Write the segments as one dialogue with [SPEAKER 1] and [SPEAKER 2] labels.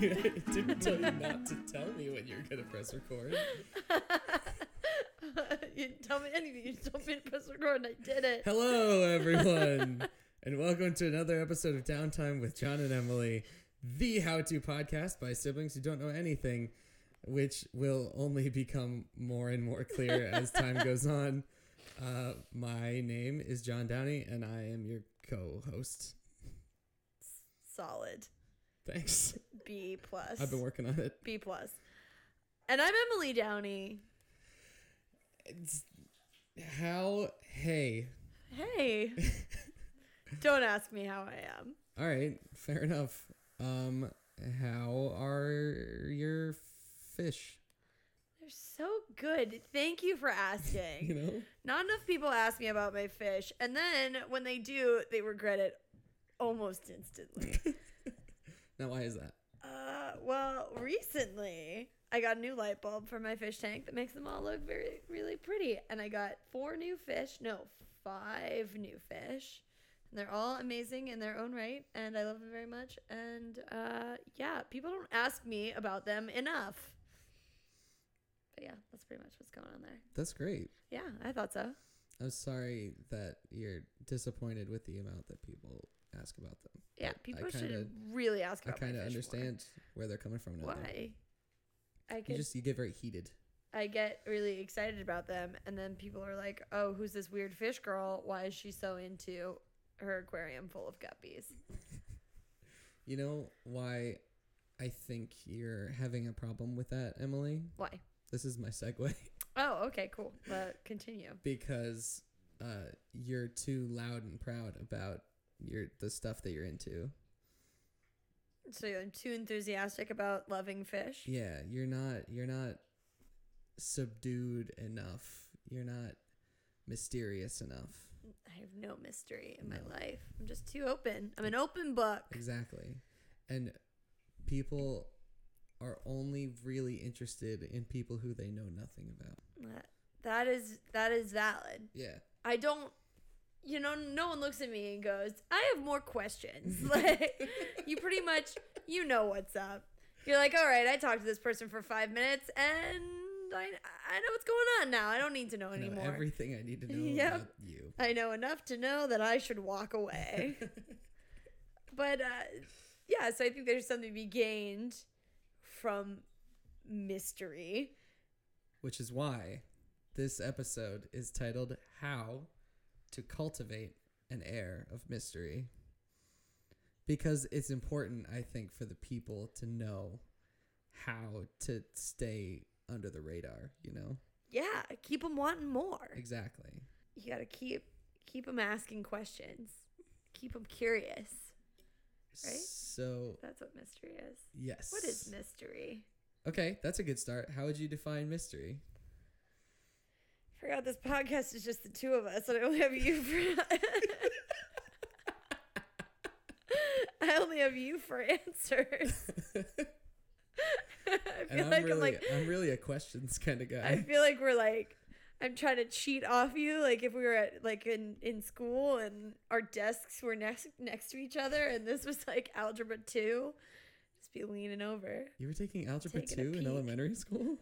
[SPEAKER 1] it didn't tell you not to tell me when you're gonna press record.
[SPEAKER 2] you didn't tell me anything. You just told me to press record, and I did it.
[SPEAKER 1] Hello, everyone, and welcome to another episode of Downtime with John and Emily, the how-to podcast by siblings who don't know anything, which will only become more and more clear as time goes on. Uh, my name is John Downey, and I am your co-host.
[SPEAKER 2] Solid.
[SPEAKER 1] Thanks.
[SPEAKER 2] B plus.
[SPEAKER 1] I've been working on it.
[SPEAKER 2] B plus. And I'm Emily Downey.
[SPEAKER 1] It's how? Hey.
[SPEAKER 2] Hey. Don't ask me how I am.
[SPEAKER 1] All right, fair enough. Um, how are your fish?
[SPEAKER 2] They're so good. Thank you for asking.
[SPEAKER 1] You know,
[SPEAKER 2] Not enough people ask me about my fish, and then when they do, they regret it almost instantly.
[SPEAKER 1] now why is that?
[SPEAKER 2] uh, well, recently I got a new light bulb for my fish tank that makes them all look very, really pretty, and I got four new fish. No, five new fish. And they're all amazing in their own right, and I love them very much. And uh, yeah, people don't ask me about them enough. But yeah, that's pretty much what's going on there.
[SPEAKER 1] That's great.
[SPEAKER 2] Yeah, I thought so.
[SPEAKER 1] I'm sorry that you're disappointed with the amount that people ask about them.
[SPEAKER 2] Yeah,
[SPEAKER 1] But
[SPEAKER 2] people
[SPEAKER 1] I kinda,
[SPEAKER 2] should really ask
[SPEAKER 1] I
[SPEAKER 2] about.
[SPEAKER 1] kind of
[SPEAKER 2] my fish more.
[SPEAKER 1] understand where they're coming from now. though.
[SPEAKER 2] why. I
[SPEAKER 1] You
[SPEAKER 2] get
[SPEAKER 1] just you get very heated.
[SPEAKER 2] I get really excited about them, and then people are like, "Oh, who's this weird fish girl? Why is she so into her aquarium full of guppies?"
[SPEAKER 1] You know why? I think you're having a problem with that, Emily.
[SPEAKER 2] Why?
[SPEAKER 1] This is my segue.
[SPEAKER 2] Oh, okay, cool. But continue.
[SPEAKER 1] because uh, you're too loud and proud about your the stuff that you're into.
[SPEAKER 2] So I'm too enthusiastic about loving fish.
[SPEAKER 1] Yeah, you're not you're not subdued enough. You're not mysterious enough.
[SPEAKER 2] I have no mystery in my life. I'm just too open. I'm an open book.
[SPEAKER 1] Exactly. And people are only really interested in people who they know nothing about.
[SPEAKER 2] That- that is that is valid.
[SPEAKER 1] Yeah.
[SPEAKER 2] I don't you know no one looks at me and goes, "I have more questions." like you pretty much you know what's up. You're like, "All right, I talked to this person for 5 minutes and I I know what's going on now. I don't need to know
[SPEAKER 1] I know
[SPEAKER 2] anymore."
[SPEAKER 1] everything I need to know
[SPEAKER 2] Yep.
[SPEAKER 1] about you.
[SPEAKER 2] I know enough to know that I should walk away. but uh, yeah, so I think there's something to be gained from mystery.
[SPEAKER 1] which is why this episode is titled How to Cultivate an Air of Mystery. Because it's important, I think, for the people to know how to stay under the radar, you know?
[SPEAKER 2] Yeah, keep them wanting more.
[SPEAKER 1] Exactly.
[SPEAKER 2] you got to keep keep them asking questions keep them curious
[SPEAKER 1] So,
[SPEAKER 2] that's what mystery is
[SPEAKER 1] yes.
[SPEAKER 2] what is mystery
[SPEAKER 1] Okay, that's a good start. How would you define mystery?
[SPEAKER 2] forgot this podcast is just the two of us and i only have you for i only have you for answers i feel
[SPEAKER 1] And I'm
[SPEAKER 2] like
[SPEAKER 1] really,
[SPEAKER 2] i'm like
[SPEAKER 1] I'm really a questions kind of
[SPEAKER 2] i
[SPEAKER 1] guy.
[SPEAKER 2] feel like we're like i'm trying to cheat off you like if we were at like in in school and our desks were next next to each other and this was like algebra 2 just be leaning over
[SPEAKER 1] You were taking algebra
[SPEAKER 2] Taking a
[SPEAKER 1] two in
[SPEAKER 2] peek.
[SPEAKER 1] elementary school.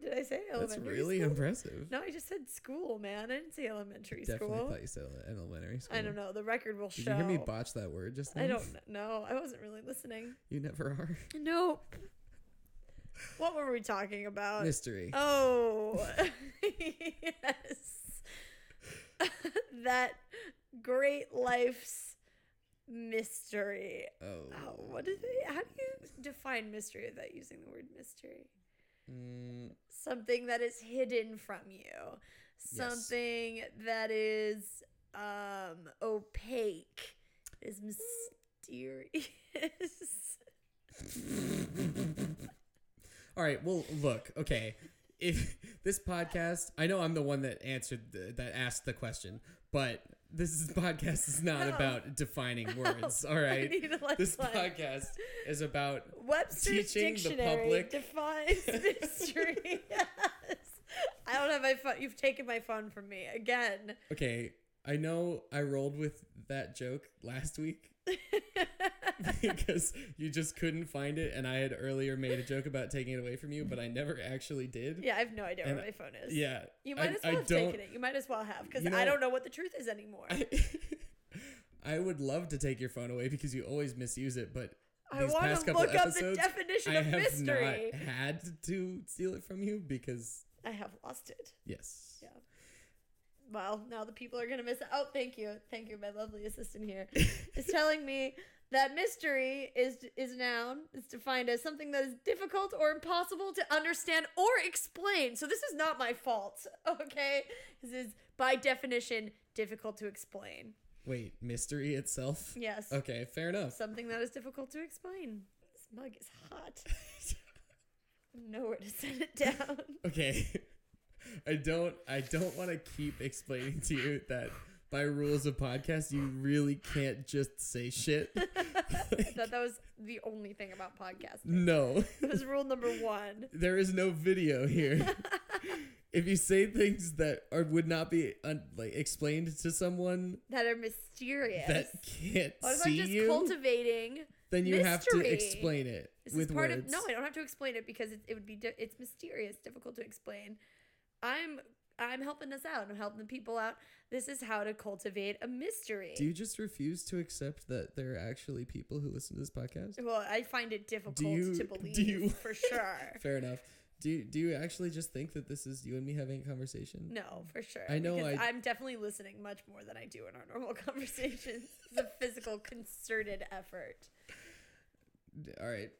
[SPEAKER 2] Did I say elementary?
[SPEAKER 1] That's really
[SPEAKER 2] school?
[SPEAKER 1] impressive.
[SPEAKER 2] No, I just said school, man. I didn't say elementary
[SPEAKER 1] Definitely
[SPEAKER 2] school.
[SPEAKER 1] thought you said ele- elementary school.
[SPEAKER 2] I don't know. The record will
[SPEAKER 1] Did
[SPEAKER 2] show.
[SPEAKER 1] you hear me botch that word just now?
[SPEAKER 2] I don't kn- know. I wasn't really listening.
[SPEAKER 1] You never are.
[SPEAKER 2] Nope. what were we talking about?
[SPEAKER 1] Mystery.
[SPEAKER 2] Oh, yes. that great life's mystery.
[SPEAKER 1] Oh.
[SPEAKER 2] Oh, what is it? How do you define mystery without using the word mystery?
[SPEAKER 1] Mm,
[SPEAKER 2] something that is hidden from you something that is um opaque is mysterious
[SPEAKER 1] All right. Well, look. Okay. If this podcast, I know I'm the one that answered the, that asked the question, but this is, podcast is not about defining words. All right.
[SPEAKER 2] need a
[SPEAKER 1] this
[SPEAKER 2] lifeline.
[SPEAKER 1] podcast is about
[SPEAKER 2] webster's
[SPEAKER 1] Teaching the
[SPEAKER 2] dictionary
[SPEAKER 1] public-
[SPEAKER 2] defines mystery yes. i don't have my phone you've taken my phone from me again
[SPEAKER 1] Okay, I know I rolled with that joke last week, because you just couldn't find it, and I had earlier made a joke about taking it away from you, but I never actually did.
[SPEAKER 2] Yeah, I have no idea where
[SPEAKER 1] And-
[SPEAKER 2] my phone is.
[SPEAKER 1] Yeah,
[SPEAKER 2] You might
[SPEAKER 1] I-
[SPEAKER 2] as well
[SPEAKER 1] I
[SPEAKER 2] have
[SPEAKER 1] don't-
[SPEAKER 2] taken it. You might as well have because
[SPEAKER 1] You know-
[SPEAKER 2] I don't know what the truth is anymore. I,
[SPEAKER 1] I, I would love to take your phone away because you always misuse it, but these
[SPEAKER 2] want
[SPEAKER 1] past
[SPEAKER 2] to
[SPEAKER 1] couple
[SPEAKER 2] look up the
[SPEAKER 1] episodes,
[SPEAKER 2] definition
[SPEAKER 1] I
[SPEAKER 2] of
[SPEAKER 1] have
[SPEAKER 2] mystery.
[SPEAKER 1] not had to steal it from you because
[SPEAKER 2] I have lost it.
[SPEAKER 1] yes,
[SPEAKER 2] Yeah. Well, now the people are gonna miss out. Oh, thank you, thank you, my lovely assistant here is telling me that mystery is is a noun. It's defined as something that is difficult or impossible to understand or explain. So this is not my fault, okay? This is by definition difficult to explain.
[SPEAKER 1] wait, mystery itself.
[SPEAKER 2] Yes,
[SPEAKER 1] Okay, fair enough.
[SPEAKER 2] something that is difficult to explain. This mug is hot. Nowhere to set it down.
[SPEAKER 1] okay, I don't, I don't want to keep explaining to you that by rules of podcast, you really can't just say shit.
[SPEAKER 2] I thought that was the only thing about podcasting.
[SPEAKER 1] No,
[SPEAKER 2] That was rule number one.
[SPEAKER 1] there is no video here. if you say things that are would not be un, like explained to someone
[SPEAKER 2] that are mysterious.
[SPEAKER 1] that can't
[SPEAKER 2] what if I'm
[SPEAKER 1] see
[SPEAKER 2] just
[SPEAKER 1] you,
[SPEAKER 2] cultivating?
[SPEAKER 1] then you have to
[SPEAKER 2] mystery?
[SPEAKER 1] explain it
[SPEAKER 2] This
[SPEAKER 1] with
[SPEAKER 2] is part
[SPEAKER 1] words.
[SPEAKER 2] of no. I don't have to explain it because it, it would be di- it's mysterious, difficult to explain. I'm I'm helping us out. I'm helping the people out. This is how to cultivate a mystery.
[SPEAKER 1] Do you just refuse to accept that there are actually people who listen to this podcast?
[SPEAKER 2] well, I find it difficult
[SPEAKER 1] you- do
[SPEAKER 2] to believe
[SPEAKER 1] you-
[SPEAKER 2] for sure.
[SPEAKER 1] Fair enough. Do you, do you actually just think that this is you and me having a conversation?
[SPEAKER 2] No, for sure.
[SPEAKER 1] I know
[SPEAKER 2] because
[SPEAKER 1] I-
[SPEAKER 2] I'm definitely listening much more than I do in our normal conversations. it's a physical, concerted effort.
[SPEAKER 1] D- All right.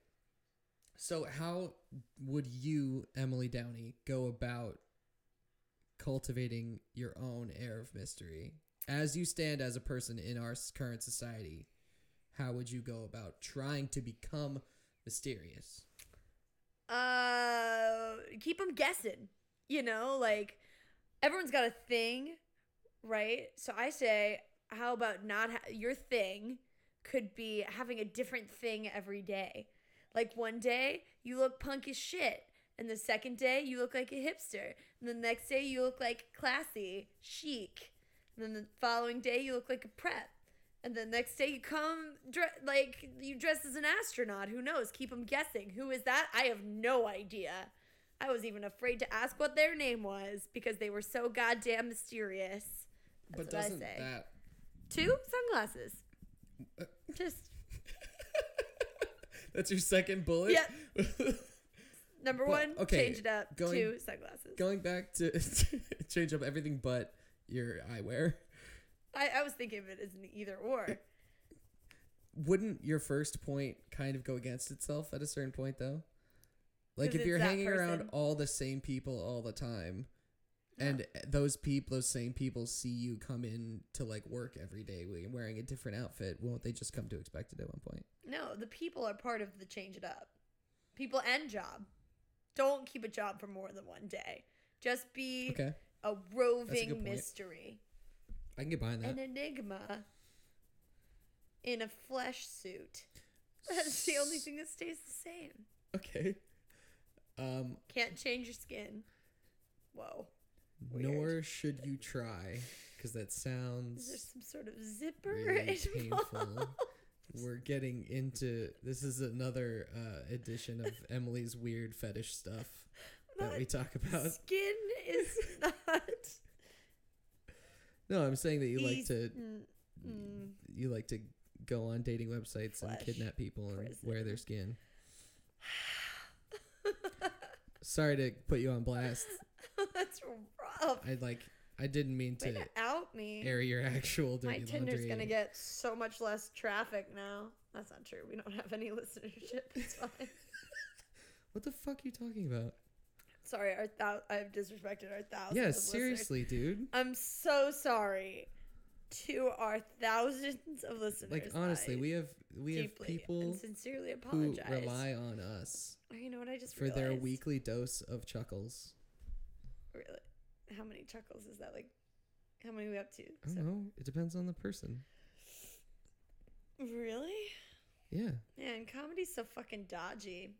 [SPEAKER 1] So how would you, Emily Downey, go about cultivating your own air of mystery as you stand as a person in our s- current society? How would you go about trying to become mysterious?
[SPEAKER 2] uh keep them guessing you know like everyone's got a thing right so i say how about not ha- your thing could be having a different thing every day like one day you look punk as shit and the second day you look like a hipster and the next day you look like classy chic and then the following day you look like a prep and the next day you come dre- like you dress as an astronaut. Who knows? Keep them guessing. Who is that? I have no idea. I was even afraid to ask what their name was because they were so goddamn mysterious.
[SPEAKER 1] but
[SPEAKER 2] That's what I
[SPEAKER 1] doesn't
[SPEAKER 2] say.
[SPEAKER 1] that
[SPEAKER 2] Two sunglasses.
[SPEAKER 1] Uh,
[SPEAKER 2] Just
[SPEAKER 1] That's your second bullet.
[SPEAKER 2] number
[SPEAKER 1] But,
[SPEAKER 2] one,
[SPEAKER 1] okay,
[SPEAKER 2] change it up.
[SPEAKER 1] going-
[SPEAKER 2] Two sunglasses.
[SPEAKER 1] Going back to change up everything but your eyewear.
[SPEAKER 2] I, I was thinking of it as an either or.
[SPEAKER 1] Wouldn't your first point kind of go against itself at a certain point though? Like
[SPEAKER 2] 'Cause
[SPEAKER 1] if
[SPEAKER 2] it's
[SPEAKER 1] you're
[SPEAKER 2] that
[SPEAKER 1] hanging around
[SPEAKER 2] person.
[SPEAKER 1] all the same people all the time and those people those same people see you come in to like work every day we- wearing a different outfit, won't they just come to expect it at one point?
[SPEAKER 2] No, the people are part of the change it up. People and job. Don't keep a job for more than one day. Just be
[SPEAKER 1] Okay.
[SPEAKER 2] a
[SPEAKER 1] good
[SPEAKER 2] roving
[SPEAKER 1] point.
[SPEAKER 2] mystery,
[SPEAKER 1] I can get behind
[SPEAKER 2] an
[SPEAKER 1] that.
[SPEAKER 2] enigma in a flesh suit. That's the only thing that stays the same.
[SPEAKER 1] Okay. Um
[SPEAKER 2] Can't change your skin. Whoa. Weird.
[SPEAKER 1] nor should you try cuz that sounds
[SPEAKER 2] Is there some sort of zipper
[SPEAKER 1] really
[SPEAKER 2] involved?
[SPEAKER 1] painful. We're getting into this is another uh, edition of Emily's weird fetish stuff that we talk about.
[SPEAKER 2] Skin is not.
[SPEAKER 1] No, I'm saying that you like
[SPEAKER 2] eas-
[SPEAKER 1] to
[SPEAKER 2] mm, mm.
[SPEAKER 1] you like to go on dating websites and
[SPEAKER 2] Flesh
[SPEAKER 1] kidnap people and
[SPEAKER 2] prison.
[SPEAKER 1] wear their skin. Sorry to put you on blast.
[SPEAKER 2] That's rough.
[SPEAKER 1] I like I didn't mean
[SPEAKER 2] Way
[SPEAKER 1] to
[SPEAKER 2] to out me.
[SPEAKER 1] air your actual dirty
[SPEAKER 2] My Tinder's
[SPEAKER 1] laundry.
[SPEAKER 2] gonna get so much less traffic now. That's not true. We don't have any listenership. It's fine.
[SPEAKER 1] what the fuck are you talking about?
[SPEAKER 2] sorry, our thou- I've disrespected our thousands.
[SPEAKER 1] Yeah,
[SPEAKER 2] of listeners.
[SPEAKER 1] seriously, dude.
[SPEAKER 2] I'm so sorry to our thousands of listeners.
[SPEAKER 1] Like honestly,
[SPEAKER 2] I
[SPEAKER 1] we have we have
[SPEAKER 2] deeply
[SPEAKER 1] people
[SPEAKER 2] and sincerely
[SPEAKER 1] who
[SPEAKER 2] apologize.
[SPEAKER 1] rely on us
[SPEAKER 2] Oh, you know what? I just
[SPEAKER 1] for their
[SPEAKER 2] realized?
[SPEAKER 1] weekly dose of chuckles.
[SPEAKER 2] Really, how many chuckles is that? Like, how many are we up to?
[SPEAKER 1] I don't know. It depends on the person.
[SPEAKER 2] Really?
[SPEAKER 1] Yeah.
[SPEAKER 2] Man, comedy's so fucking dodgy.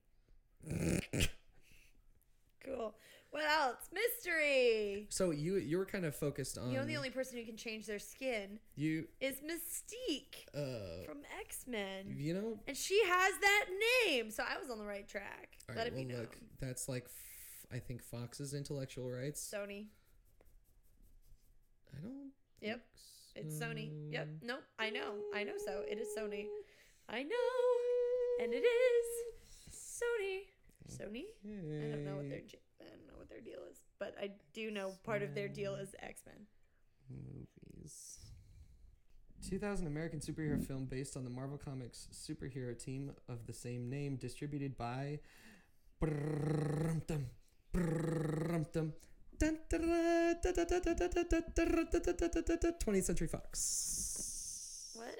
[SPEAKER 2] Cool. What else? Mystery.
[SPEAKER 1] So you you were kind of focused on
[SPEAKER 2] you know the only person who can change their skin
[SPEAKER 1] you
[SPEAKER 2] is Mystique
[SPEAKER 1] uh
[SPEAKER 2] from X Men.
[SPEAKER 1] you know
[SPEAKER 2] And she has that name, so I was on the right track.
[SPEAKER 1] all
[SPEAKER 2] Let
[SPEAKER 1] right,
[SPEAKER 2] it be
[SPEAKER 1] well,
[SPEAKER 2] known.
[SPEAKER 1] look, that's like f- I think Fox's intellectual rights.
[SPEAKER 2] Sony.
[SPEAKER 1] I don't.
[SPEAKER 2] Yep,
[SPEAKER 1] think
[SPEAKER 2] It's Sony. Yep.
[SPEAKER 1] so.
[SPEAKER 2] Nope. I know. I know so. It is Sony. I know. And it is Sony. Sony? I don't know what their
[SPEAKER 1] Okay.
[SPEAKER 2] j- I don't know what their deal is, but I do know part of their deal is X-Men.
[SPEAKER 1] movies. 2000 American superhero film based on the Marvel Comics superhero team of the same name, distributed by. Twentieth Century Fox.
[SPEAKER 2] What?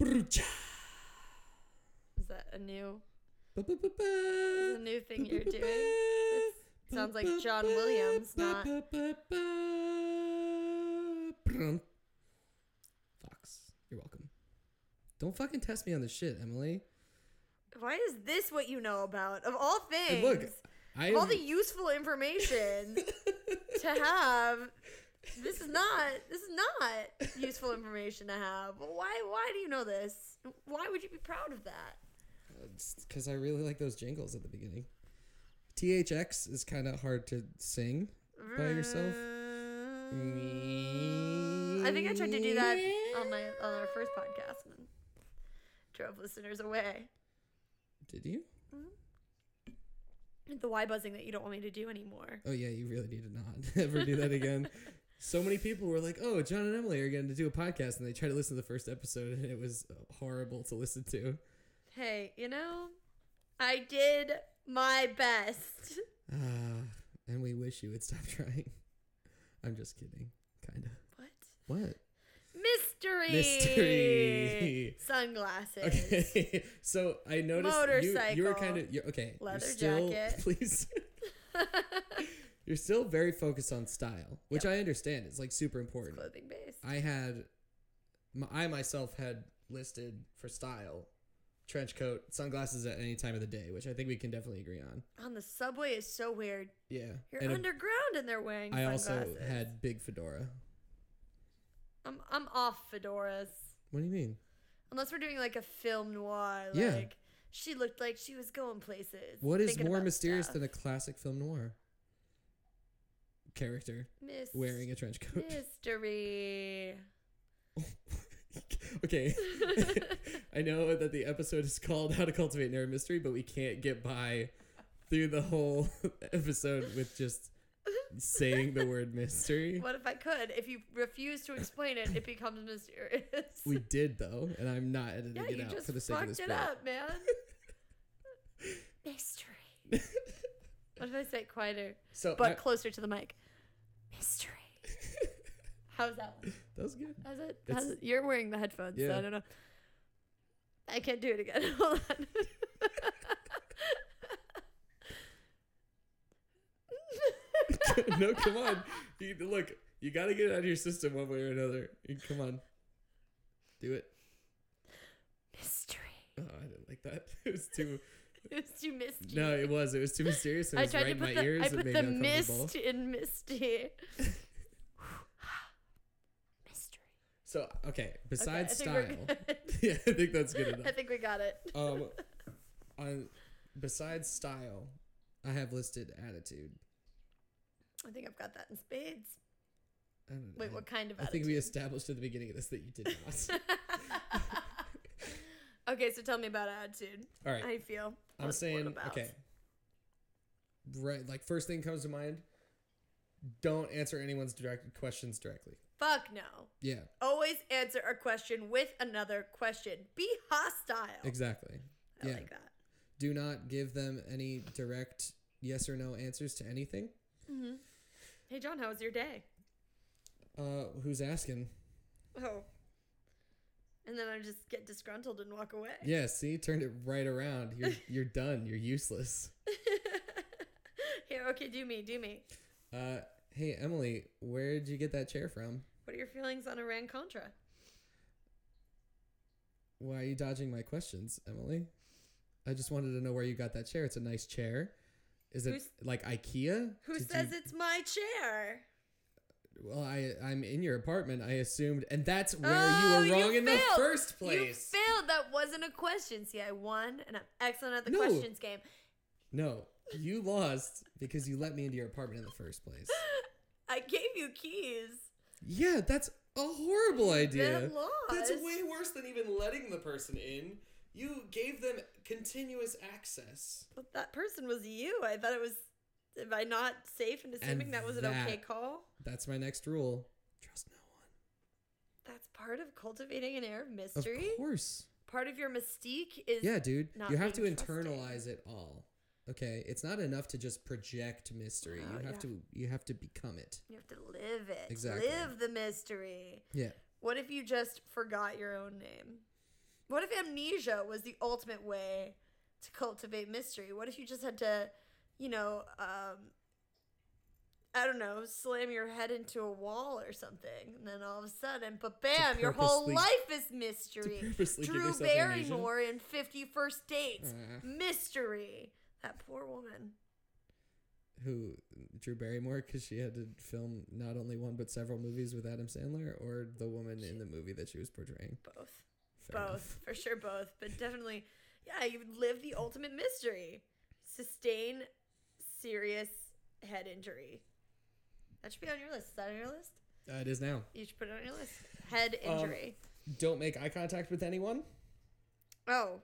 [SPEAKER 1] Brucha.
[SPEAKER 2] Is that a new
[SPEAKER 1] Ba- ba- ba- ba.
[SPEAKER 2] is a new thing you're
[SPEAKER 1] Ba- ba- ba-
[SPEAKER 2] doing?
[SPEAKER 1] ba-
[SPEAKER 2] sounds like
[SPEAKER 1] ba-
[SPEAKER 2] John
[SPEAKER 1] ba-
[SPEAKER 2] Williams,
[SPEAKER 1] ba-
[SPEAKER 2] not-
[SPEAKER 1] ba- ba- ba- Brum. Fox, you're welcome. Don't fucking test me on this shit, Emily.
[SPEAKER 2] Why is this what you know about? Of all things,
[SPEAKER 1] look, I
[SPEAKER 2] of all
[SPEAKER 1] am-
[SPEAKER 2] the useful information to have, this is not this is not useful information to have. But why why do you know this? Why would you be proud of that?
[SPEAKER 1] because I really like those jingles at the beginning. THX is kind of hard to sing by yourself.
[SPEAKER 2] Mm, I think I tried to do that on my on our first podcast and drove listeners away.
[SPEAKER 1] Did you?
[SPEAKER 2] The why buzzing that you don't want me to do anymore.
[SPEAKER 1] Oh yeah, you really need to not ever do that again. so many people were like, "Oh, John and Emily are going to do a podcast," and they tried to listen to the first episode, and it was horrible to listen to.
[SPEAKER 2] Hey, you know, I did my best.
[SPEAKER 1] Ah, and we wish you would stop trying. I'm just kidding, kind of.
[SPEAKER 2] What?
[SPEAKER 1] What?
[SPEAKER 2] Mystery.
[SPEAKER 1] Mystery.
[SPEAKER 2] Sunglasses.
[SPEAKER 1] Okay, so I noticed you, you were kind of
[SPEAKER 2] Motorcycle.
[SPEAKER 1] you're, okay.
[SPEAKER 2] Leather
[SPEAKER 1] you're still,
[SPEAKER 2] jacket.
[SPEAKER 1] please. you're still very focused on style, which I understand is like super important.
[SPEAKER 2] Clothing based.
[SPEAKER 1] I had, my, I myself had listed for style, trench coat, sunglasses at any time of the day, which I think we can definitely agree on.
[SPEAKER 2] On the subway is so weird.
[SPEAKER 1] Yeah,
[SPEAKER 2] You're
[SPEAKER 1] and a-
[SPEAKER 2] underground and they're wearing
[SPEAKER 1] I
[SPEAKER 2] sunglasses.
[SPEAKER 1] also had big fedora.
[SPEAKER 2] I'm I'm off fedoras.
[SPEAKER 1] What do you mean?
[SPEAKER 2] Unless we're doing like a film noir. Like
[SPEAKER 1] Yeah.
[SPEAKER 2] she looked like she was going places.
[SPEAKER 1] What is
[SPEAKER 2] thinking
[SPEAKER 1] more
[SPEAKER 2] about
[SPEAKER 1] mysterious
[SPEAKER 2] stuff.
[SPEAKER 1] than a classic film noir character
[SPEAKER 2] Mys-
[SPEAKER 1] wearing a trench coat?
[SPEAKER 2] mystery?
[SPEAKER 1] okay. I know that the episode is called How to Cultivate Narrative Mystery, but we can't get by through the whole episode with just saying the word mystery.
[SPEAKER 2] What if I could? If you refuse to explain it, it becomes mysterious.
[SPEAKER 1] We did though, and I'm not editing
[SPEAKER 2] yeah,
[SPEAKER 1] it
[SPEAKER 2] you
[SPEAKER 1] out
[SPEAKER 2] just
[SPEAKER 1] for the sake of
[SPEAKER 2] fucked
[SPEAKER 1] this.
[SPEAKER 2] it
[SPEAKER 1] bit.
[SPEAKER 2] up, man. Mystery. What if I say it quieter,
[SPEAKER 1] so
[SPEAKER 2] but
[SPEAKER 1] I-
[SPEAKER 2] closer to the mic? Mystery. How's that one?
[SPEAKER 1] that was good.
[SPEAKER 2] How's it?
[SPEAKER 1] It's-
[SPEAKER 2] How's it? You're wearing the headphones, so
[SPEAKER 1] Yeah.
[SPEAKER 2] I don't know. I can't do it again. Hold on.
[SPEAKER 1] no, come on. You, look, you got to get it out of your system one way or another. You- Come on. Do it.
[SPEAKER 2] Mystery.
[SPEAKER 1] Oh, I didn't like that. It was too.
[SPEAKER 2] It's too misty.
[SPEAKER 1] No, it was. It was too mysterious. It
[SPEAKER 2] I
[SPEAKER 1] was
[SPEAKER 2] tried
[SPEAKER 1] right
[SPEAKER 2] to
[SPEAKER 1] in my
[SPEAKER 2] put the,
[SPEAKER 1] ears.
[SPEAKER 2] I
[SPEAKER 1] It
[SPEAKER 2] put
[SPEAKER 1] made
[SPEAKER 2] the
[SPEAKER 1] me uncomfortable.
[SPEAKER 2] mist in misty. Mystery.
[SPEAKER 1] So okay,
[SPEAKER 2] Okay, I
[SPEAKER 1] besides
[SPEAKER 2] think we're
[SPEAKER 1] style,
[SPEAKER 2] good.
[SPEAKER 1] yeah, I think that's good
[SPEAKER 2] I
[SPEAKER 1] enough.
[SPEAKER 2] think we got it.
[SPEAKER 1] Um, on besides style, I have listed attitude.
[SPEAKER 2] I think I've got that in spades.
[SPEAKER 1] I don't know.
[SPEAKER 2] Wait, what kind of
[SPEAKER 1] I think
[SPEAKER 2] attitude?
[SPEAKER 1] we established at the beginning of this that you did not.
[SPEAKER 2] okay, so tell me about attitude.
[SPEAKER 1] All right,
[SPEAKER 2] How you feel?
[SPEAKER 1] I'm
[SPEAKER 2] What- what
[SPEAKER 1] saying
[SPEAKER 2] about?
[SPEAKER 1] okay. Right, like first thing comes to mind. Don't answer anyone's direct questions directly.
[SPEAKER 2] Fuck no.
[SPEAKER 1] Yeah,
[SPEAKER 2] Always answer a question with another question. Be hostile.
[SPEAKER 1] exactly.
[SPEAKER 2] I
[SPEAKER 1] yeah.
[SPEAKER 2] like that.
[SPEAKER 1] do not give them any direct yes or no answers to anything.
[SPEAKER 2] Mm-hmm. Hey, John, how was your day?
[SPEAKER 1] Uh, who's asking?
[SPEAKER 2] Oh. And then I just get disgruntled and walk away.
[SPEAKER 1] Yeah, see, turned it right around. You're you're done. You're useless.
[SPEAKER 2] Here, okay, do me, do me.
[SPEAKER 1] Uh, hey Emily, where did you get that chair from?
[SPEAKER 2] What are your feelings on Iran Contra?
[SPEAKER 1] Why are you dodging my questions, Emily? I just wanted to know where you got that chair. It's a nice chair. Is it
[SPEAKER 2] Who's-
[SPEAKER 1] like IKEA?
[SPEAKER 2] Who
[SPEAKER 1] Did
[SPEAKER 2] says
[SPEAKER 1] you-
[SPEAKER 2] it's my chair?
[SPEAKER 1] Well, I I'm in your apartment. I assumed, and that's where
[SPEAKER 2] Oh,
[SPEAKER 1] you were wrong in the
[SPEAKER 2] failed.
[SPEAKER 1] first place.
[SPEAKER 2] You failed. That wasn't a question. See, I won, and I'm excellent at the
[SPEAKER 1] No.
[SPEAKER 2] questions game.
[SPEAKER 1] no, you lost because you let me into your apartment in the first place.
[SPEAKER 2] I gave you keys.
[SPEAKER 1] Yeah, that's a horrible idea.
[SPEAKER 2] That lost.
[SPEAKER 1] That's way worse than even letting the person in. You gave them continuous access.
[SPEAKER 2] But that person was you. I thought it was. Am I not safe in assuming that was an
[SPEAKER 1] that-
[SPEAKER 2] okay call?
[SPEAKER 1] That's my next rule. Trust no one.
[SPEAKER 2] That's part of cultivating an air of mystery.
[SPEAKER 1] Of course.
[SPEAKER 2] Part of your mystique is
[SPEAKER 1] Yeah, dude.
[SPEAKER 2] not
[SPEAKER 1] You have to
[SPEAKER 2] being
[SPEAKER 1] internalize it all. Okay, it's not enough to just project mystery.
[SPEAKER 2] Wow,
[SPEAKER 1] you have
[SPEAKER 2] Oh, yeah.
[SPEAKER 1] to you have to become it.
[SPEAKER 2] You have to live it.
[SPEAKER 1] Exactly.
[SPEAKER 2] Live the mystery.
[SPEAKER 1] Yeah.
[SPEAKER 2] What if you just forgot your own name? What if amnesia was the ultimate way to cultivate mystery? What if you just had to, you know, um, I don't know, slam your head into a wall or something, and then all of a sudden, but bam, your whole
[SPEAKER 1] purposely-
[SPEAKER 2] life is mystery.
[SPEAKER 1] purposely give
[SPEAKER 2] Drew
[SPEAKER 1] yourself amnesia?
[SPEAKER 2] Barrymore in Fifty First Dates,
[SPEAKER 1] Uh.
[SPEAKER 2] mystery. That poor woman.
[SPEAKER 1] Who Drew Barrymore because she had to film not only one but several movies with Adam Sandler, or the woman in the movie that she was portraying.
[SPEAKER 2] Both.
[SPEAKER 1] Fair
[SPEAKER 2] both
[SPEAKER 1] enough.
[SPEAKER 2] for sure both but definitely yeah you live the ultimate mystery sustain serious head injury that should be on your list is that on your list
[SPEAKER 1] Uh, it is now.
[SPEAKER 2] you should put it on your list head
[SPEAKER 1] Um,
[SPEAKER 2] injury
[SPEAKER 1] Don't make eye contact with anyone.
[SPEAKER 2] oh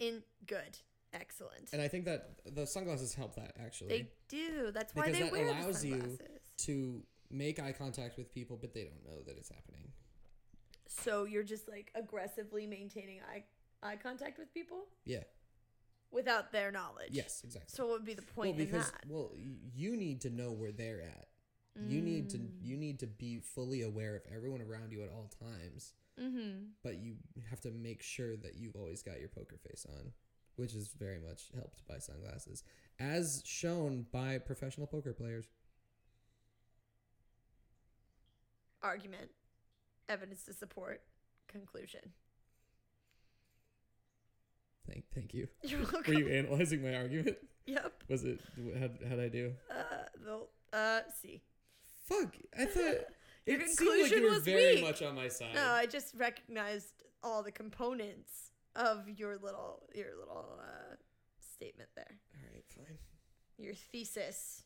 [SPEAKER 2] in good excellent
[SPEAKER 1] And I think that the sunglasses help that actually.
[SPEAKER 2] they do that's why
[SPEAKER 1] because
[SPEAKER 2] they
[SPEAKER 1] that
[SPEAKER 2] wear
[SPEAKER 1] allows
[SPEAKER 2] the
[SPEAKER 1] you
[SPEAKER 2] sunglasses
[SPEAKER 1] to make eye contact with people, but they don't know that it's happening.
[SPEAKER 2] so you're just like aggressively maintaining eye eye contact with people
[SPEAKER 1] Yeah.
[SPEAKER 2] without their knowledge
[SPEAKER 1] Yes, exactly.
[SPEAKER 2] so what would be the point
[SPEAKER 1] well, because
[SPEAKER 2] in that
[SPEAKER 1] well, y- you need to know where they're at. You need
[SPEAKER 2] Mm.
[SPEAKER 1] to you need to be fully aware of everyone around you at all times,
[SPEAKER 2] mm-hmm
[SPEAKER 1] but you have to make sure that you've always got your poker face on, which is very much helped by sunglasses, as shown by professional poker players.
[SPEAKER 2] argument, evidence to support, conclusion.
[SPEAKER 1] Thank thank you.
[SPEAKER 2] You're welcome.
[SPEAKER 1] Were you analyzing my argument?
[SPEAKER 2] yep.
[SPEAKER 1] Was it how how'd I do?
[SPEAKER 2] Uh, the uh, C.
[SPEAKER 1] Fuck! I thought
[SPEAKER 2] Your
[SPEAKER 1] it seemed like
[SPEAKER 2] conclusion
[SPEAKER 1] you were
[SPEAKER 2] was
[SPEAKER 1] very
[SPEAKER 2] weak.
[SPEAKER 1] much on my side.
[SPEAKER 2] No, I just recognized all the components of your little your little uh, statement there.
[SPEAKER 1] All right, fine.
[SPEAKER 2] Your thesis.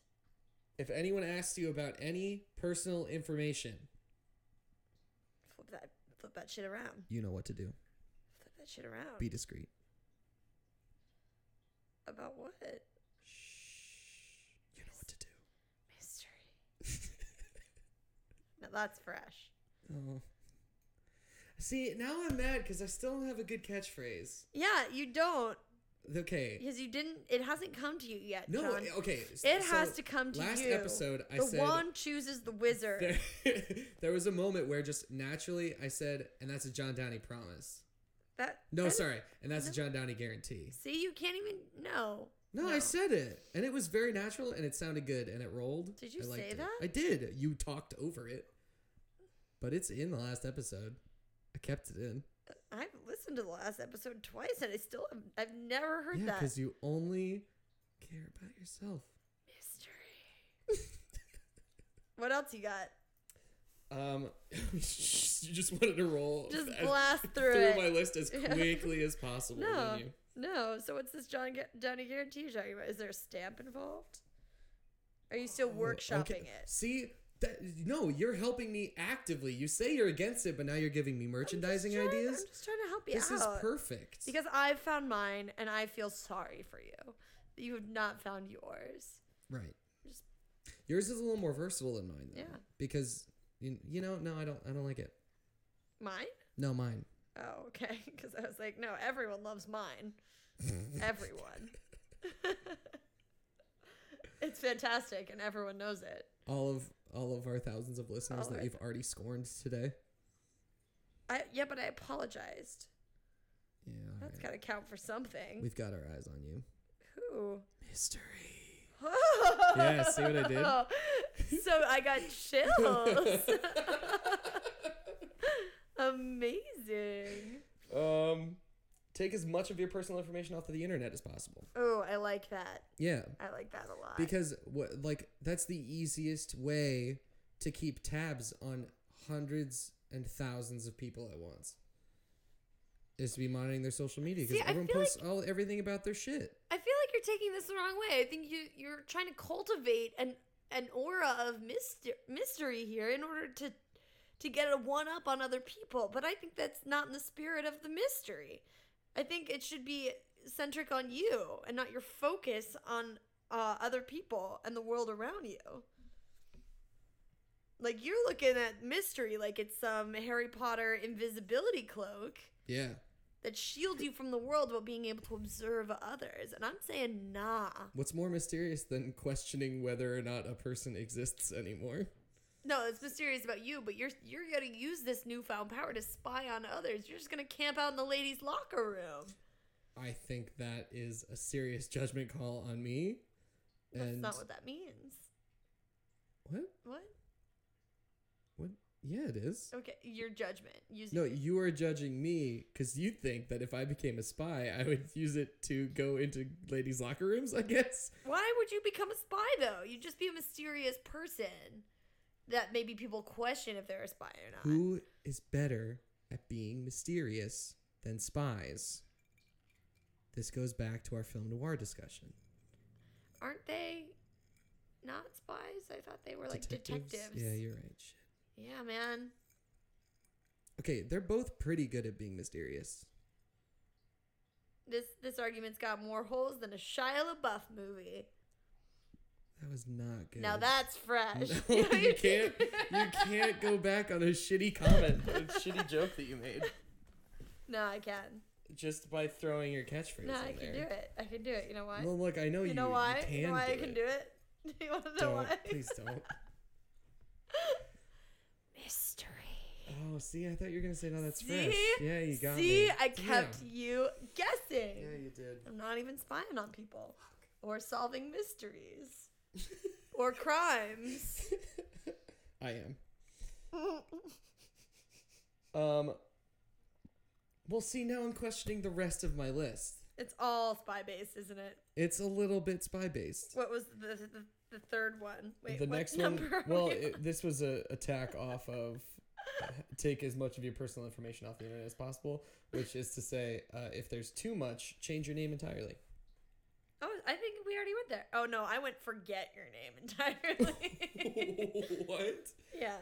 [SPEAKER 1] If anyone asks you about any personal information,
[SPEAKER 2] Flip that flip that shit around.
[SPEAKER 1] you know what to do.
[SPEAKER 2] Flip that shit around.
[SPEAKER 1] Be discreet.
[SPEAKER 2] About what?
[SPEAKER 1] You know what to do.
[SPEAKER 2] Mystery. now that's fresh.
[SPEAKER 1] Oh. See, now I'm mad because I still don't have a good catchphrase.
[SPEAKER 2] Yeah, you don't
[SPEAKER 1] Okay.
[SPEAKER 2] because you didn't. It hasn't come to you yet.
[SPEAKER 1] No,
[SPEAKER 2] John.
[SPEAKER 1] okay. s-
[SPEAKER 2] It
[SPEAKER 1] so
[SPEAKER 2] has to come to
[SPEAKER 1] last
[SPEAKER 2] you.
[SPEAKER 1] episode, I
[SPEAKER 2] the
[SPEAKER 1] said-
[SPEAKER 2] wand chooses the wizard.
[SPEAKER 1] There, there was a moment where just naturally I said, and that's a John Downey promise.
[SPEAKER 2] that
[SPEAKER 1] No,
[SPEAKER 2] that-
[SPEAKER 1] sorry. And that's a John Downey guarantee.
[SPEAKER 2] See, you can't even know.
[SPEAKER 1] No, I said it, and it was very natural, and it sounded good, and it rolled.
[SPEAKER 2] Did you
[SPEAKER 1] I liked
[SPEAKER 2] say
[SPEAKER 1] it.
[SPEAKER 2] that?
[SPEAKER 1] I did. You talked over it, but it's in the last episode. I kept it in.
[SPEAKER 2] I've listened to the last episode twice, and I still have, I've never heard
[SPEAKER 1] yeah,
[SPEAKER 2] that
[SPEAKER 1] because you only care about yourself.
[SPEAKER 2] mystery. what else you got?
[SPEAKER 1] Um, you just wanted to roll.
[SPEAKER 2] Just
[SPEAKER 1] as-
[SPEAKER 2] blast through it.
[SPEAKER 1] my list as
[SPEAKER 2] Yeah.
[SPEAKER 1] quickly as possible.
[SPEAKER 2] No,
[SPEAKER 1] didn't you?
[SPEAKER 2] no. So what's this John Gu- Johnny Guarantee you're talking about? Is there a stamp involved? Are you still
[SPEAKER 1] Oh,
[SPEAKER 2] workshopping
[SPEAKER 1] okay.
[SPEAKER 2] it?
[SPEAKER 1] See. That, no, you're helping me actively. You say you're against it, but now you're giving me merchandising
[SPEAKER 2] I'm just trying-
[SPEAKER 1] ideas.
[SPEAKER 2] I'm just trying to help you
[SPEAKER 1] This
[SPEAKER 2] out.
[SPEAKER 1] is perfect.
[SPEAKER 2] Because I've found mine, and I feel sorry for you. that You have not found yours.
[SPEAKER 1] Right.
[SPEAKER 2] Just-
[SPEAKER 1] Yours is a little more versatile than mine, though.
[SPEAKER 2] Yeah.
[SPEAKER 1] Because you, you know, no, I don't, I don't like it.
[SPEAKER 2] Mine?
[SPEAKER 1] No, mine.
[SPEAKER 2] Oh, okay. Because I was like, no, everyone loves mine. everyone. it's fantastic, and everyone knows it.
[SPEAKER 1] All of all of our thousands of listeners
[SPEAKER 2] All
[SPEAKER 1] that
[SPEAKER 2] right.
[SPEAKER 1] you've already scorned today.
[SPEAKER 2] I yeah, but I apologized.
[SPEAKER 1] Yeah. all
[SPEAKER 2] That's
[SPEAKER 1] right.
[SPEAKER 2] got to count for something.
[SPEAKER 1] We've got our eyes on you.
[SPEAKER 2] Who?
[SPEAKER 1] Mystery.
[SPEAKER 2] yeah,
[SPEAKER 1] see what I
[SPEAKER 2] did? so I got chills. Amazing.
[SPEAKER 1] um. Take as much of your personal information off of the internet as possible.
[SPEAKER 2] Oh, I like that.
[SPEAKER 1] Yeah,
[SPEAKER 2] I like that a lot.
[SPEAKER 1] because what like that's the easiest way to keep tabs on hundreds and thousands of people at once. Is to be monitoring their social media
[SPEAKER 2] See,
[SPEAKER 1] because
[SPEAKER 2] I
[SPEAKER 1] everyone
[SPEAKER 2] feel
[SPEAKER 1] posts all everything about their shit.
[SPEAKER 2] I feel like you're taking this the wrong way. I think you you're trying to cultivate an an aura of myster- mystery here in order to to get a one up on other people. But I think that's not in the spirit of the mystery. I think it should be centric on you and not your focus on uh, other people and the world around you. Like you're looking at mystery like it's some Harry Potter invisibility cloak
[SPEAKER 1] Yeah,
[SPEAKER 2] that shield you from the world while being able to observe others. And I'm saying, nah.
[SPEAKER 1] what's more mysterious than questioning whether or not a person exists anymore?
[SPEAKER 2] No, it's mysterious about you, but you're you're gonna use this newfound power to spy on others. You're just gonna camp out in the ladies' locker room.
[SPEAKER 1] I think that is a serious judgment call on me.
[SPEAKER 2] That's
[SPEAKER 1] And
[SPEAKER 2] not what that means.
[SPEAKER 1] what?
[SPEAKER 2] What?
[SPEAKER 1] What? Yeah, it is.
[SPEAKER 2] Okay, your judgment. Using
[SPEAKER 1] No,
[SPEAKER 2] it.
[SPEAKER 1] you are judging me because you think that if I became a spy, I would use it to go into ladies' locker rooms. I guess.
[SPEAKER 2] Why would you become a spy though? You'd just be a mysterious person that maybe people question if they're a spy or not.
[SPEAKER 1] Who is better at being mysterious than spies? This goes back to our film noir discussion.
[SPEAKER 2] Aren't they not spies? I thought they were like detectives.
[SPEAKER 1] Yeah, you're right. Shit.
[SPEAKER 2] yeah, man.
[SPEAKER 1] Okay, they're both pretty good at being mysterious.
[SPEAKER 2] This this argument's got more holes than a Shia LaBeouf movie.
[SPEAKER 1] That was not good.
[SPEAKER 2] Now that's fresh.
[SPEAKER 1] No, you can't. You can't go back on a shitty comment, a shitty joke that you made,
[SPEAKER 2] No, I can.
[SPEAKER 1] just by throwing your catchphrase.
[SPEAKER 2] No,
[SPEAKER 1] in
[SPEAKER 2] I can
[SPEAKER 1] there.
[SPEAKER 2] do it. I can do it. You know why?
[SPEAKER 1] Well, look, I know you.
[SPEAKER 2] you know why?
[SPEAKER 1] can
[SPEAKER 2] You know why
[SPEAKER 1] do
[SPEAKER 2] I can do it? you want to know
[SPEAKER 1] Don't
[SPEAKER 2] why?
[SPEAKER 1] please don't.
[SPEAKER 2] Mystery.
[SPEAKER 1] Oh, see, I thought you were gonna say no. That's
[SPEAKER 2] See?
[SPEAKER 1] fresh. Yeah, you got
[SPEAKER 2] See,
[SPEAKER 1] me.
[SPEAKER 2] I kept you
[SPEAKER 1] Yeah.
[SPEAKER 2] guessing.
[SPEAKER 1] yeah, you did.
[SPEAKER 2] I'm not even spying on people or solving mysteries or crimes.
[SPEAKER 1] I am. Um. Well, see, now I'm questioning the rest of my list.
[SPEAKER 2] it's all spy based, isn't it?
[SPEAKER 1] It's a little bit spy based.
[SPEAKER 2] What was the the, the third one? Wait,
[SPEAKER 1] the
[SPEAKER 2] what
[SPEAKER 1] next
[SPEAKER 2] number
[SPEAKER 1] one.
[SPEAKER 2] are we
[SPEAKER 1] Well,
[SPEAKER 2] on?
[SPEAKER 1] it, this was a attack off of uh, take as much of your personal information off the internet as possible, which is to say, uh, if there's too much, change your name entirely.
[SPEAKER 2] Oh, I think we already went there. Oh no, I went forget your name entirely.
[SPEAKER 1] what?
[SPEAKER 2] yeah.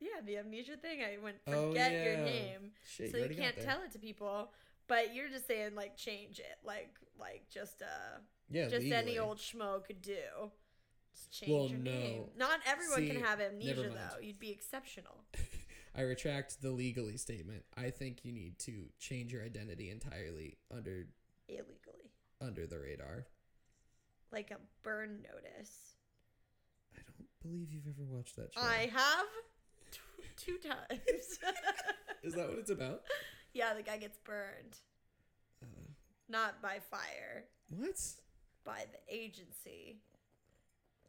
[SPEAKER 2] Yeah, the amnesia thing. I went forget
[SPEAKER 1] Oh,
[SPEAKER 2] your
[SPEAKER 1] yeah.
[SPEAKER 2] name,
[SPEAKER 1] Shit, you
[SPEAKER 2] so you
[SPEAKER 1] already got
[SPEAKER 2] can't
[SPEAKER 1] there.
[SPEAKER 2] tell it to people. But you're just saying like change it, like like just uh
[SPEAKER 1] Yeah,
[SPEAKER 2] just
[SPEAKER 1] legally.
[SPEAKER 2] any old schmo could do. Just change
[SPEAKER 1] Well,
[SPEAKER 2] your
[SPEAKER 1] no.
[SPEAKER 2] name. Not everyone
[SPEAKER 1] See,
[SPEAKER 2] can have
[SPEAKER 1] never
[SPEAKER 2] amnesia
[SPEAKER 1] mind.
[SPEAKER 2] though. You'd be exceptional.
[SPEAKER 1] I retract the legally statement. I think you need to change your identity entirely under
[SPEAKER 2] illegally,
[SPEAKER 1] under the radar.
[SPEAKER 2] like a burn notice.
[SPEAKER 1] I don't believe you've ever watched that show.
[SPEAKER 2] I have t- two times.
[SPEAKER 1] Is that what it's about?
[SPEAKER 2] yeah, the guy gets burned.
[SPEAKER 1] Uh,
[SPEAKER 2] Not by fire,
[SPEAKER 1] what?
[SPEAKER 2] by the agency.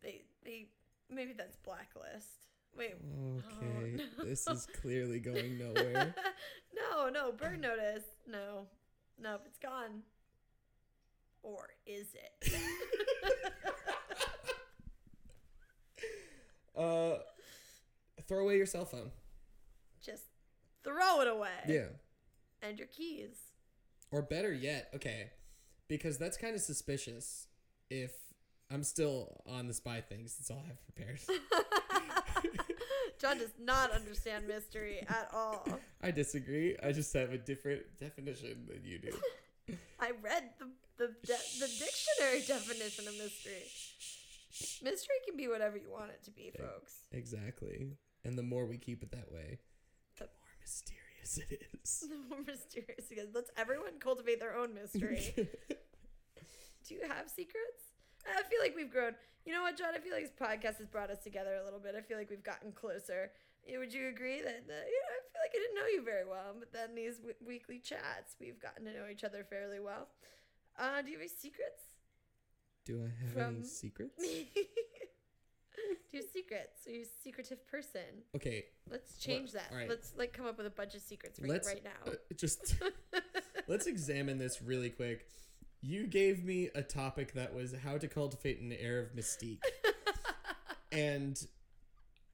[SPEAKER 2] They they maybe that's blacklist. Wait.
[SPEAKER 1] Okay,
[SPEAKER 2] Oh, no.
[SPEAKER 1] this is clearly going nowhere.
[SPEAKER 2] no, no, burn notice. No. Nope, it's gone. Or is it?
[SPEAKER 1] uh, throw away your cell phone.
[SPEAKER 2] Just throw it away.
[SPEAKER 1] Yeah,
[SPEAKER 2] And your keys.
[SPEAKER 1] or better yet, okay, because that's kind of suspicious. If I'm still on the spy things, that's all I have prepared.
[SPEAKER 2] John does not understand mystery at all.
[SPEAKER 1] I disagree. I just have a different definition than you do.
[SPEAKER 2] I read the the, de- the dictionary definition of mystery. Mystery can be whatever you want it to be, folks.
[SPEAKER 1] Exactly. And the more we keep it that way, the
[SPEAKER 2] The-
[SPEAKER 1] more mysterious it is.
[SPEAKER 2] The more mysterious because let's everyone cultivate their own mystery. Do you have secrets? I feel like we've grown. You know what, John? I feel like this podcast has brought us together a little bit. I feel like we've gotten closer. Yeah, Would you agree that, that you know, I feel like I didn't know you very well, but then these w- weekly chats, we've gotten to know each other fairly well. Uh, do you have any secrets?
[SPEAKER 1] do I have any
[SPEAKER 2] From-
[SPEAKER 1] secrets?
[SPEAKER 2] I Do your secrets. Are you a secretive person?
[SPEAKER 1] Okay,
[SPEAKER 2] Let's change that.
[SPEAKER 1] all right.
[SPEAKER 2] Let's like come up with a bunch of secrets for
[SPEAKER 1] let's
[SPEAKER 2] you right now.
[SPEAKER 1] uh, just let's examine this really quick. You gave me a topic that was how to cultivate an air of mystique, and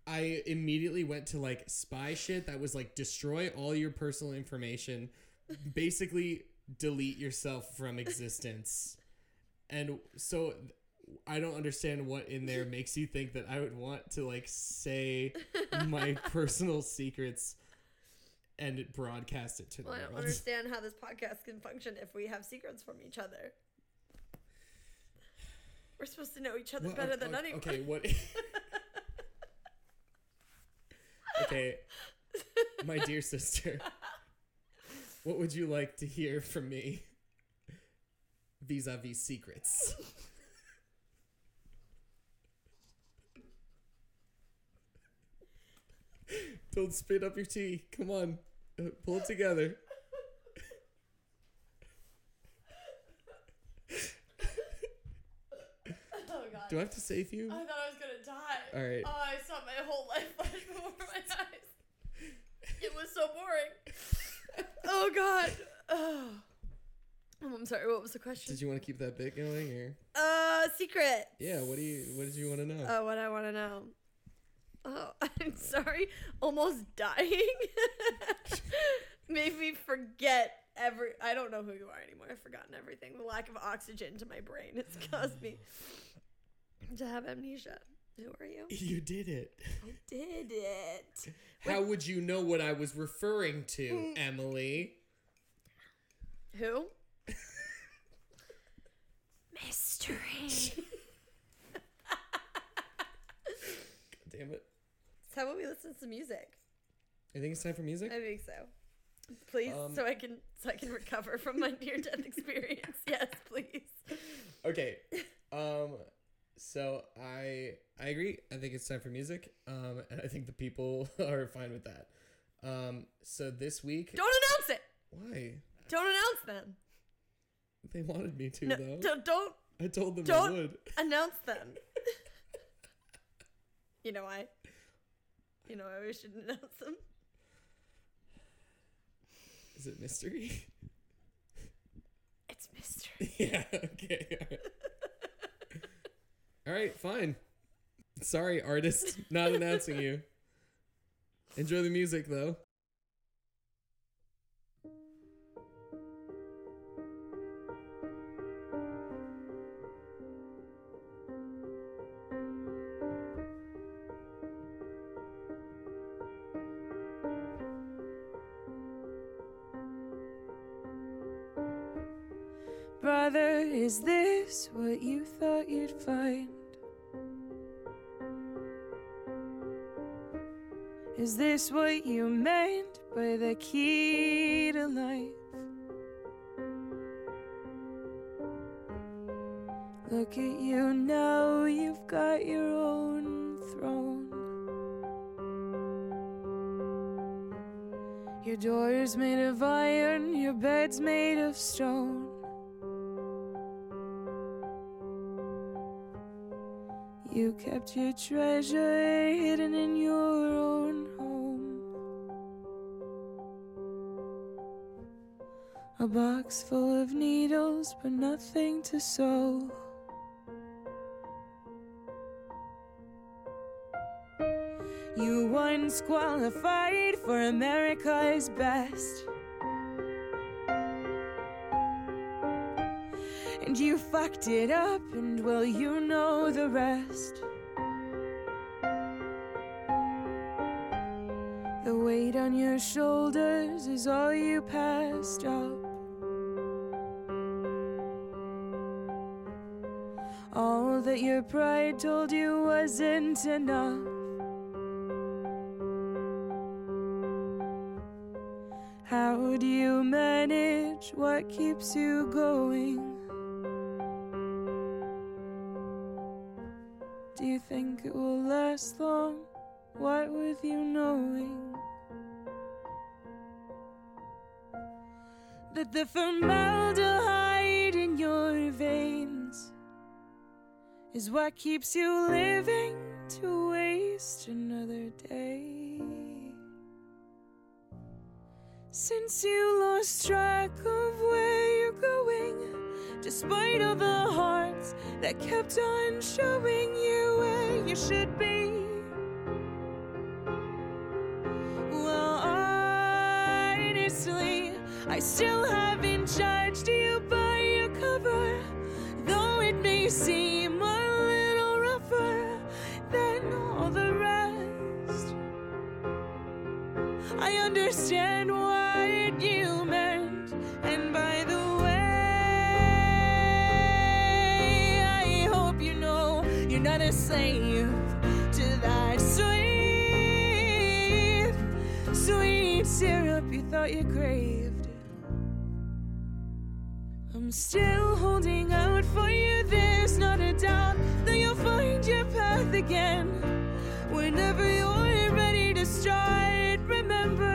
[SPEAKER 1] I immediately went to like spy shit that was like destroy all your personal information, basically delete yourself from existence, and so. I don't understand what in there makes you think that I would want to like say my personal secrets and broadcast it to the
[SPEAKER 2] well, I don't
[SPEAKER 1] world.
[SPEAKER 2] understand how this podcast can function if we have secrets from each other. We're supposed to know each other
[SPEAKER 1] Well,
[SPEAKER 2] better
[SPEAKER 1] o-
[SPEAKER 2] than
[SPEAKER 1] o-
[SPEAKER 2] anyone.
[SPEAKER 1] Okay, what? okay, my dear sister, what would you like to hear from me vis a vis secrets? Don't spit up your tea. Come on, uh, pull it together.
[SPEAKER 2] Oh god.
[SPEAKER 1] Do I have to save you?
[SPEAKER 2] I thought I was gonna die.
[SPEAKER 1] All right.
[SPEAKER 2] Oh, I saw my whole life flash before my eyes. It was so boring. oh god. Oh. Oh, I'm sorry. What was the question?
[SPEAKER 1] Did you want to keep that bit going, or
[SPEAKER 2] uh, secret.
[SPEAKER 1] yeah? What do you? What did you want to know?
[SPEAKER 2] Oh, what I want to know. Oh, I'm sorry. Almost dying made me forget every. I don't know who you are anymore. I've forgotten everything. The lack of oxygen to my brain has caused me to have amnesia. Who are you?
[SPEAKER 1] You did it.
[SPEAKER 2] I did it.
[SPEAKER 1] How would you know what I was referring
[SPEAKER 2] Mm.
[SPEAKER 1] to, Emily?
[SPEAKER 2] Who? Mystery. Is
[SPEAKER 1] Damn it.
[SPEAKER 2] that when we listen to some music?
[SPEAKER 1] I think it's time for music.
[SPEAKER 2] I think so. Please,
[SPEAKER 1] Um,
[SPEAKER 2] so I can so I can recover from my near death experience. Yes, please.
[SPEAKER 1] Okay. Um so I I agree. I think it's time for music. Um and I think the people are fine with that. Um so this week
[SPEAKER 2] Don't announce it.
[SPEAKER 1] why?
[SPEAKER 2] Don't announce them.
[SPEAKER 1] They wanted me to
[SPEAKER 2] No,
[SPEAKER 1] though.
[SPEAKER 2] don't, don't
[SPEAKER 1] I told them
[SPEAKER 2] don't-
[SPEAKER 1] I would.
[SPEAKER 2] announce them. you know why? You know why we shouldn't announce them?
[SPEAKER 1] Is it mystery?
[SPEAKER 2] It's mystery.
[SPEAKER 1] yeah, okay. All right. all right, fine. Sorry, artist, not announcing you. Enjoy the music though.
[SPEAKER 3] Brother, is this what you thought you'd find? Is this what you meant by the key to life? Look at you now, you've got your own throne. Your door is made of iron, your bed's made of stone. You kept your treasure hidden in your own home. A box full of needles, but nothing to sew. You once qualified for America's best. And you fucked it up, and well, you know the rest. The weight on your shoulders is all you passed up. All that your pride told you wasn't enough. How do you manage what keeps you going? Do you think it will last long? What with you knowing that the formaldehyde in your veins is what keeps you living? to waste another day. Since you lost track of where you're going, despite all the hearts that kept on showing you where you should be. Well, honestly, I still haven't judged you by your cover, though it may seem a little rougher than all the rest. I understand what you meant, and by the way, I hope you know you're not a slave to that sweet, sweet syrup you thought you craved. I'm still holding out for you, there's not a doubt that you'll find your path again. Whenever you're ready to start, remember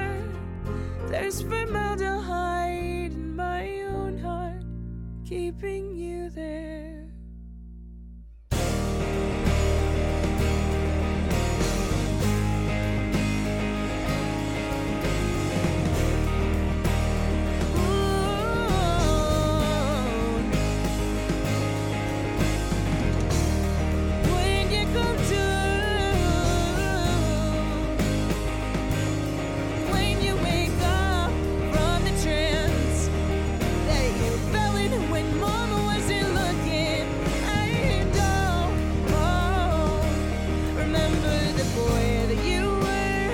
[SPEAKER 3] there's formaldehyde in my own heart, keeping you there. Ooh. When you come to, when you wake up from the trance that you fell in when Mama wasn't looking, I don't remember the boy that you were.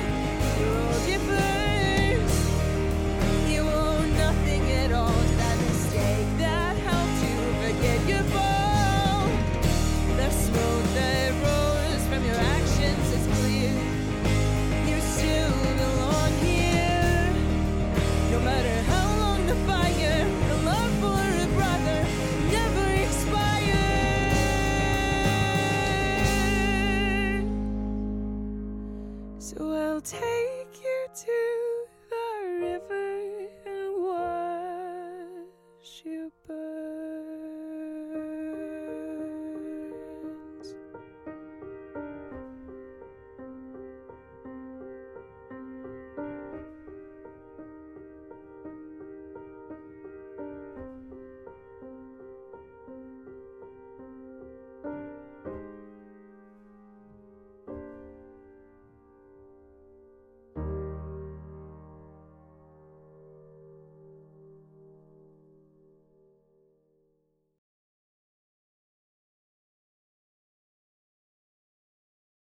[SPEAKER 3] You rolled your first. You owe nothing at all to that mistake that helped you forget your fall. The smoke that rose from your actions is clear. You still belong here. No matter how long the fire, the love for a brother never expires. So I'll take you to the river and watch you burn.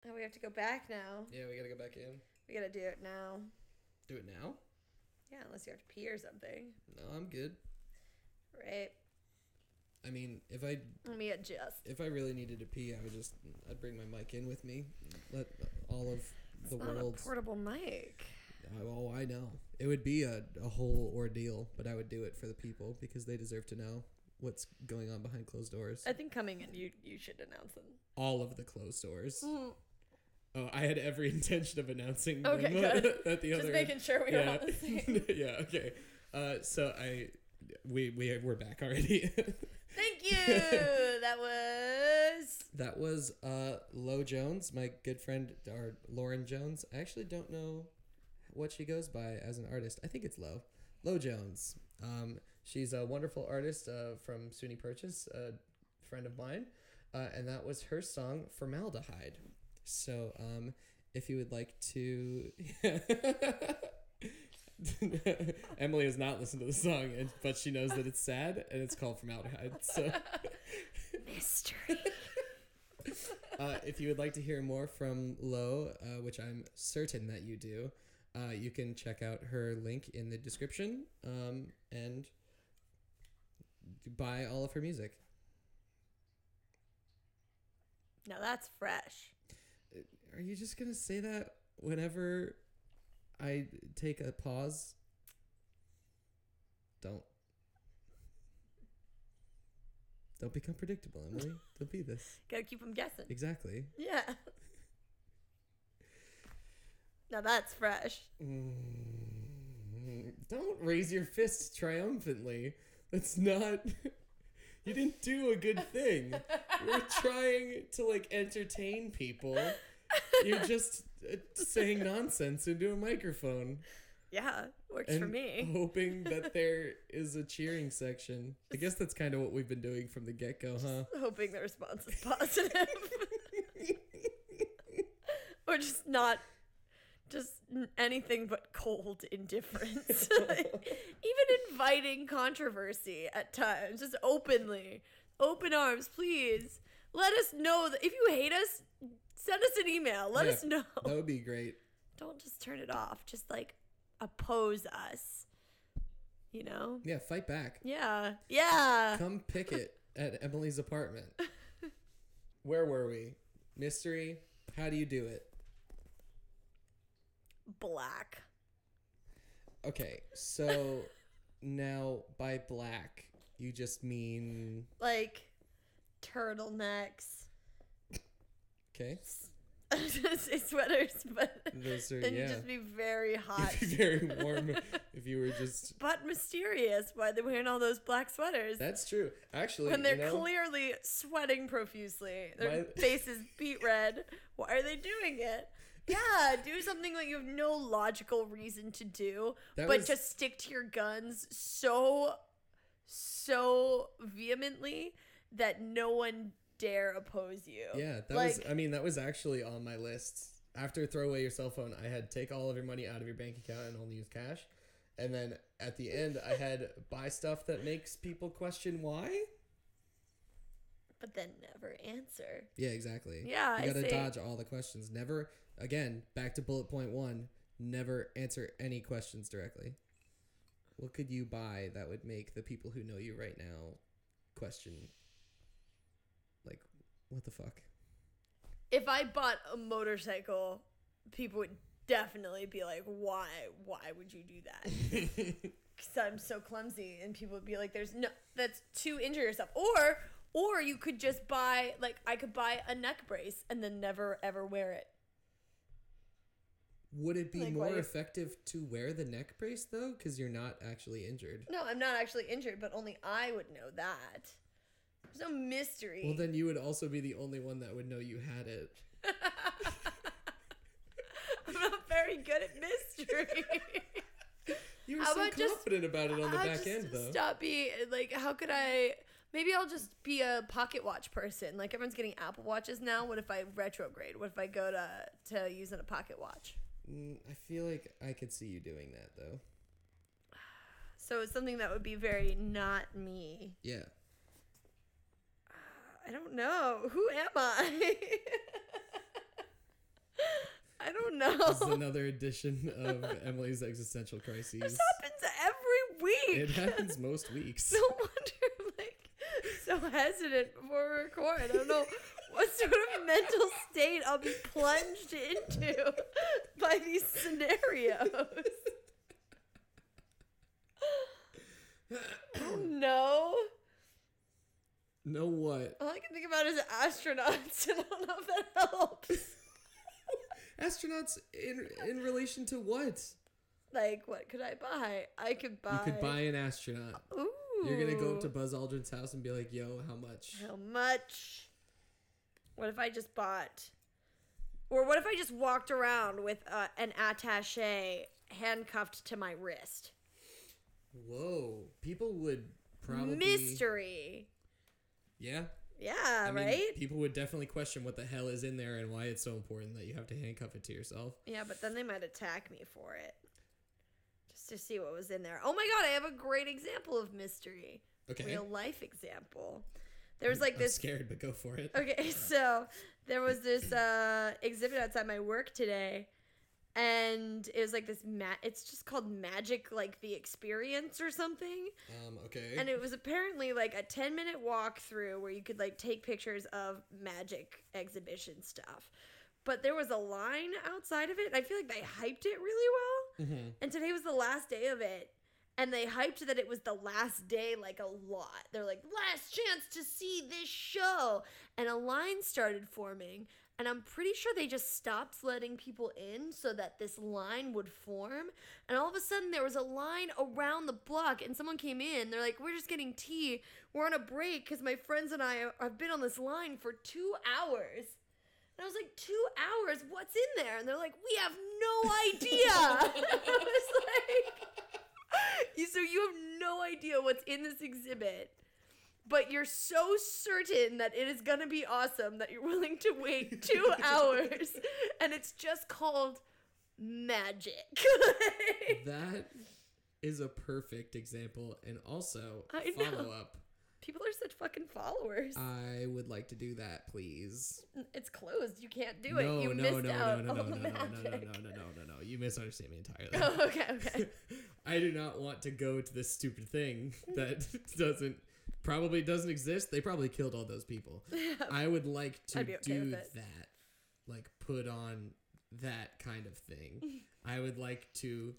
[SPEAKER 2] Oh, we have to go back now.
[SPEAKER 1] Yeah, we gotta go back in.
[SPEAKER 2] We gotta do it now.
[SPEAKER 1] Do it now?
[SPEAKER 2] Yeah, unless you have to pee or something.
[SPEAKER 1] No, I'm good.
[SPEAKER 2] Right.
[SPEAKER 1] I mean, if I
[SPEAKER 2] Let me adjust.
[SPEAKER 1] if I really needed to pee, I would just I'd bring my mic in with me. Let all of the
[SPEAKER 2] Not a
[SPEAKER 1] world's
[SPEAKER 2] portable mic.
[SPEAKER 1] Oh, I know. It would be a, a whole ordeal, but I would do it for the people because they deserve to know what's going on behind closed doors.
[SPEAKER 2] I think coming in, you you should announce them.
[SPEAKER 1] All of the closed doors.
[SPEAKER 2] Mm-hmm.
[SPEAKER 1] Oh, I had every intention of announcing
[SPEAKER 2] Okay,
[SPEAKER 1] them
[SPEAKER 2] good.
[SPEAKER 1] at the
[SPEAKER 2] Just
[SPEAKER 1] other
[SPEAKER 2] making sure we are
[SPEAKER 1] yeah.
[SPEAKER 2] on the same.
[SPEAKER 1] yeah, okay. Uh, so I we we we're back already.
[SPEAKER 2] Thank you. That was
[SPEAKER 1] that was uh Lo Jones, my good friend or Lauren Jones. I actually don't know what she goes by as an artist. I think it's Lo. Lo Jones. Um, she's a wonderful artist uh, from SUNY Purchase, a friend of mine, uh, and that was her song "Formaldehyde." So, um, if you would like to, Emily has not listened to the song, and, but she knows that it's sad and it's called "Formaldehyde." So.
[SPEAKER 2] mystery.
[SPEAKER 1] uh, if you would like to hear more from Lo, uh, which I'm certain that you do, uh, you can check out her link in the description um, and buy all of her music.
[SPEAKER 2] now that's fresh.
[SPEAKER 1] Are you just gonna say that whenever I take a pause? Don't. Don't become predictable, Emily. Don't be this.
[SPEAKER 2] Gotta keep them guessing.
[SPEAKER 1] Exactly.
[SPEAKER 2] Yeah. Now that's fresh.
[SPEAKER 1] Mm, Don't raise your fists triumphantly. That's not. You didn't do a good thing. You're trying to like entertain people. You're just uh, saying nonsense into a microphone
[SPEAKER 2] Yeah, works for
[SPEAKER 1] and
[SPEAKER 2] me.
[SPEAKER 1] hoping that there is a cheering section. I guess that's kind of what we've been doing from the get go, huh?
[SPEAKER 2] Hoping the response is positive. or just not, just n- anything but cold indifference. Even inviting controversy at times, just openly. Open arms, please. Let us know that if you hate us, send us an email. Let
[SPEAKER 1] Yeah,
[SPEAKER 2] us know.
[SPEAKER 1] That would be great.
[SPEAKER 2] Don't just turn it off. Just like oppose us. You know?
[SPEAKER 1] Yeah, fight back.
[SPEAKER 2] Yeah. Yeah.
[SPEAKER 1] Come picket at Emily's apartment. Where were we? Mystery. How do you do it?
[SPEAKER 2] Black.
[SPEAKER 1] Okay, so now by black, you just mean
[SPEAKER 2] like turtlenecks,
[SPEAKER 1] okay?
[SPEAKER 2] I was gonna say sweaters, but
[SPEAKER 1] Those are
[SPEAKER 2] then
[SPEAKER 1] yeah.
[SPEAKER 2] you'd just be very hot,
[SPEAKER 1] You'd be very warm if you were just.
[SPEAKER 2] but mysterious. Why they're wearing all those black sweaters
[SPEAKER 1] That's true. Actually,
[SPEAKER 2] when they're
[SPEAKER 1] you know,
[SPEAKER 2] clearly sweating profusely? Their
[SPEAKER 1] My-
[SPEAKER 2] face is beat red. Why are they doing it? Yeah, do something that you have no logical reason to do,
[SPEAKER 1] That
[SPEAKER 2] but
[SPEAKER 1] was-
[SPEAKER 2] just stick to your guns so, so vehemently that no one dare oppose you.
[SPEAKER 1] yeah, that was. I mean, that was actually on my list. After throw away your cell phone, I had take all of your money out of your bank account and only use cash. And then at the end, I had buy stuff that makes people question why.
[SPEAKER 2] but then never answer.
[SPEAKER 1] Yeah, exactly.
[SPEAKER 2] Yeah, I
[SPEAKER 1] you gotta
[SPEAKER 2] see.
[SPEAKER 1] dodge all the questions. Never again. Back to bullet point one. Never answer any questions directly. What could you buy that would make the people who know you right now question, like, what the fuck?
[SPEAKER 2] If I bought a motorcycle, people would definitely be like, "Why? Why would you do that?" Because I'm so clumsy, and people would be like, "There's no. That's to injure yourself." Or, or you could just buy like I could buy a neck brace and then never ever wear it.
[SPEAKER 1] Would it be
[SPEAKER 2] Like, why
[SPEAKER 1] more
[SPEAKER 2] you-
[SPEAKER 1] effective to wear the neck brace though? Because you're not actually injured.
[SPEAKER 2] No, I'm not actually injured, but only I would know that. There's no mystery.
[SPEAKER 1] Well, then you would also be the only one that would know you had it.
[SPEAKER 2] I'm not very good at mystery.
[SPEAKER 1] You were
[SPEAKER 2] How
[SPEAKER 1] so
[SPEAKER 2] about just-
[SPEAKER 1] confident about it on the
[SPEAKER 2] I'll
[SPEAKER 1] back
[SPEAKER 2] just
[SPEAKER 1] end though.
[SPEAKER 2] Stop being like, how could I? Maybe I'll just be a pocket watch person. Like everyone's getting Apple watches now. What if I retrograde? What if I go to to using a pocket watch?
[SPEAKER 1] Mm, I feel like I could see you doing that though.
[SPEAKER 2] So it's something that would be very not me.
[SPEAKER 1] Yeah.
[SPEAKER 2] I don't know. Who am I? I don't know.
[SPEAKER 1] This is another edition of Emily's existential crises.
[SPEAKER 2] This happens every week.
[SPEAKER 1] It happens most weeks.
[SPEAKER 2] no wonder I'm like so hesitant before we record. I don't know what sort of mental state I'll be plunged into by these scenarios. Oh no.
[SPEAKER 1] Know what?
[SPEAKER 2] All I can think about is astronauts. and I don't know if that helps.
[SPEAKER 1] Astronauts in in relation to what?
[SPEAKER 2] Like, what could I buy? I could buy.
[SPEAKER 1] You could buy an astronaut.
[SPEAKER 2] Ooh.
[SPEAKER 1] You're gonna go up to Buzz Aldrin's house and be like, "Yo, how much?"
[SPEAKER 2] How much? What if I just bought? Or what if I just walked around with uh, an attache handcuffed to my wrist?
[SPEAKER 1] Whoa, people would probably
[SPEAKER 2] Mystery.
[SPEAKER 1] Yeah,
[SPEAKER 2] Yeah,
[SPEAKER 1] I mean,
[SPEAKER 2] right?
[SPEAKER 1] People would definitely question what the hell is in there and why it's so important that you have to handcuff it to yourself.
[SPEAKER 2] Yeah, but then they might attack me for it. Just to see what was in there. Oh my god, I have a great example of mystery.
[SPEAKER 1] Okay, Mm,
[SPEAKER 2] Real life example. There was
[SPEAKER 1] I'm
[SPEAKER 2] like this
[SPEAKER 1] scared, but go for it.
[SPEAKER 2] Okay, so there was this uh, exhibit outside my work today, and it was like this. Ma- it's just called Magic, like the experience or something.
[SPEAKER 1] Um, okay.
[SPEAKER 2] And it was apparently like a ten minute walkthrough where you could like take pictures of magic exhibition stuff. But there was a line outside of it. and I feel like they hyped it really well.
[SPEAKER 1] Mhm.
[SPEAKER 2] And today was the last day of it. And they hyped that it was the last day, like a lot. They're like, last chance to see this show. And a line started forming. And I'm pretty sure they just stopped letting people in so that this line would form. And all of a sudden, there was a line around the block, and someone came in. They're like, We're just getting tea. We're on a break because my friends and I have been on this line for two hours. And I was like, Two hours? What's in there? And they're like, We have no idea. I was like, you- So you have no idea what's in this exhibit but you're so certain that it is going to be awesome that you're willing to wait two hours and it's just called magic
[SPEAKER 1] That is a perfect example and also
[SPEAKER 2] I know.
[SPEAKER 1] follow up.
[SPEAKER 2] people are such fucking followers
[SPEAKER 1] I would like to do that, please.
[SPEAKER 2] it's closed you can't do it
[SPEAKER 1] no,
[SPEAKER 2] you
[SPEAKER 1] no,
[SPEAKER 2] missed
[SPEAKER 1] no,
[SPEAKER 2] out
[SPEAKER 1] no, no,
[SPEAKER 2] on
[SPEAKER 1] no, no,
[SPEAKER 2] the
[SPEAKER 1] no, no, no, no,
[SPEAKER 2] magic
[SPEAKER 1] no, no, no, no. You misunderstand me entirely.
[SPEAKER 2] oh, okay okay
[SPEAKER 1] I do not want to go to this stupid thing
[SPEAKER 2] Mm.
[SPEAKER 1] that doesn't probably doesn't exist. They probably killed all those people. I would like to
[SPEAKER 2] I'd be okay
[SPEAKER 1] do
[SPEAKER 2] with it.
[SPEAKER 1] that. Like put on that kind of thing. I would like to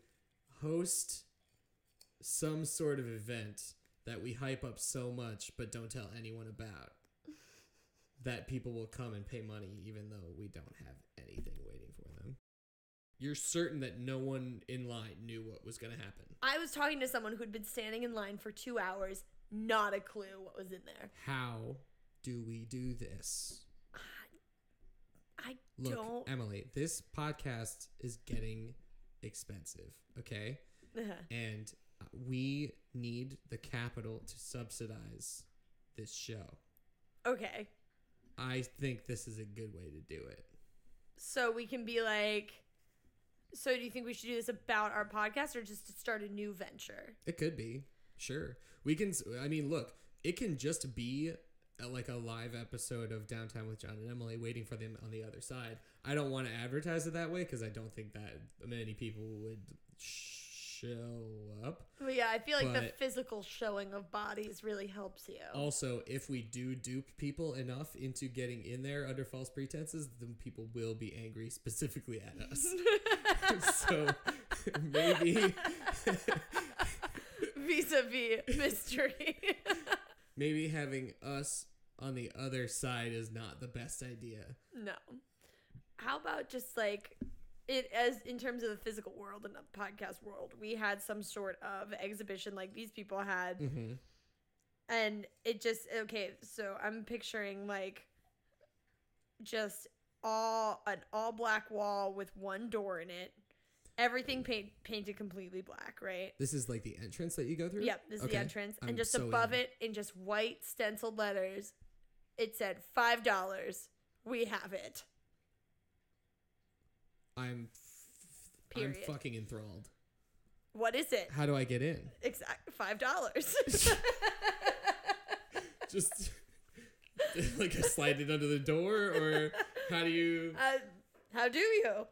[SPEAKER 1] host some sort of event that we hype up so much but don't tell anyone about. That people will come and pay money even though we don't have anything waiting for them you're certain that no one in line knew what was going to happen.
[SPEAKER 2] i was talking to someone who'd been standing in line for two hours not a clue what was in there
[SPEAKER 1] How do we do this?
[SPEAKER 2] i
[SPEAKER 1] Look,
[SPEAKER 2] don't
[SPEAKER 1] Emily, this podcast is getting expensive, okay? And uh, we need the capital to subsidize this show.
[SPEAKER 2] okay
[SPEAKER 1] I think this is a good way to do it.
[SPEAKER 2] so we can be like so do you think we should do this about our podcast or just to start a new venture
[SPEAKER 1] It could be. Sure. We can s- I mean, look, it can just be uh like a live episode of Downtime with John and Emily waiting for them on the other side. I don't want to advertise it that way cuz I don't think that many people would show up.
[SPEAKER 2] well yeah i feel like the
[SPEAKER 1] But- Oh.
[SPEAKER 2] physical showing of bodies really helps you
[SPEAKER 1] Also, if we do dupe people enough into getting in there under false pretenses, then people will be angry specifically at us. so maybe
[SPEAKER 2] vis-a-vis mystery
[SPEAKER 1] maybe having us on the other side is not the best idea.
[SPEAKER 2] no how about just like it as in terms of the physical world and the podcast world we had some sort of exhibition like these people had
[SPEAKER 1] Mm-hmm.
[SPEAKER 2] and it just okay so i'm picturing like just all an all black wall with one door in it everything paint, painted completely black right
[SPEAKER 1] This is like the entrance that you go through?
[SPEAKER 2] yep this is
[SPEAKER 1] Mm-hmm. Okay.
[SPEAKER 2] the entrance
[SPEAKER 1] I'm
[SPEAKER 2] and just
[SPEAKER 1] so
[SPEAKER 2] above
[SPEAKER 1] in.
[SPEAKER 2] it in just white stenciled letters it said five dollars we have it
[SPEAKER 1] I'm f- I'm
[SPEAKER 2] Period.
[SPEAKER 1] fucking enthralled.
[SPEAKER 2] what is it
[SPEAKER 1] How do I get in?
[SPEAKER 2] exact five dollars
[SPEAKER 1] Just like I slide it under the door or how do you
[SPEAKER 2] uh, how do you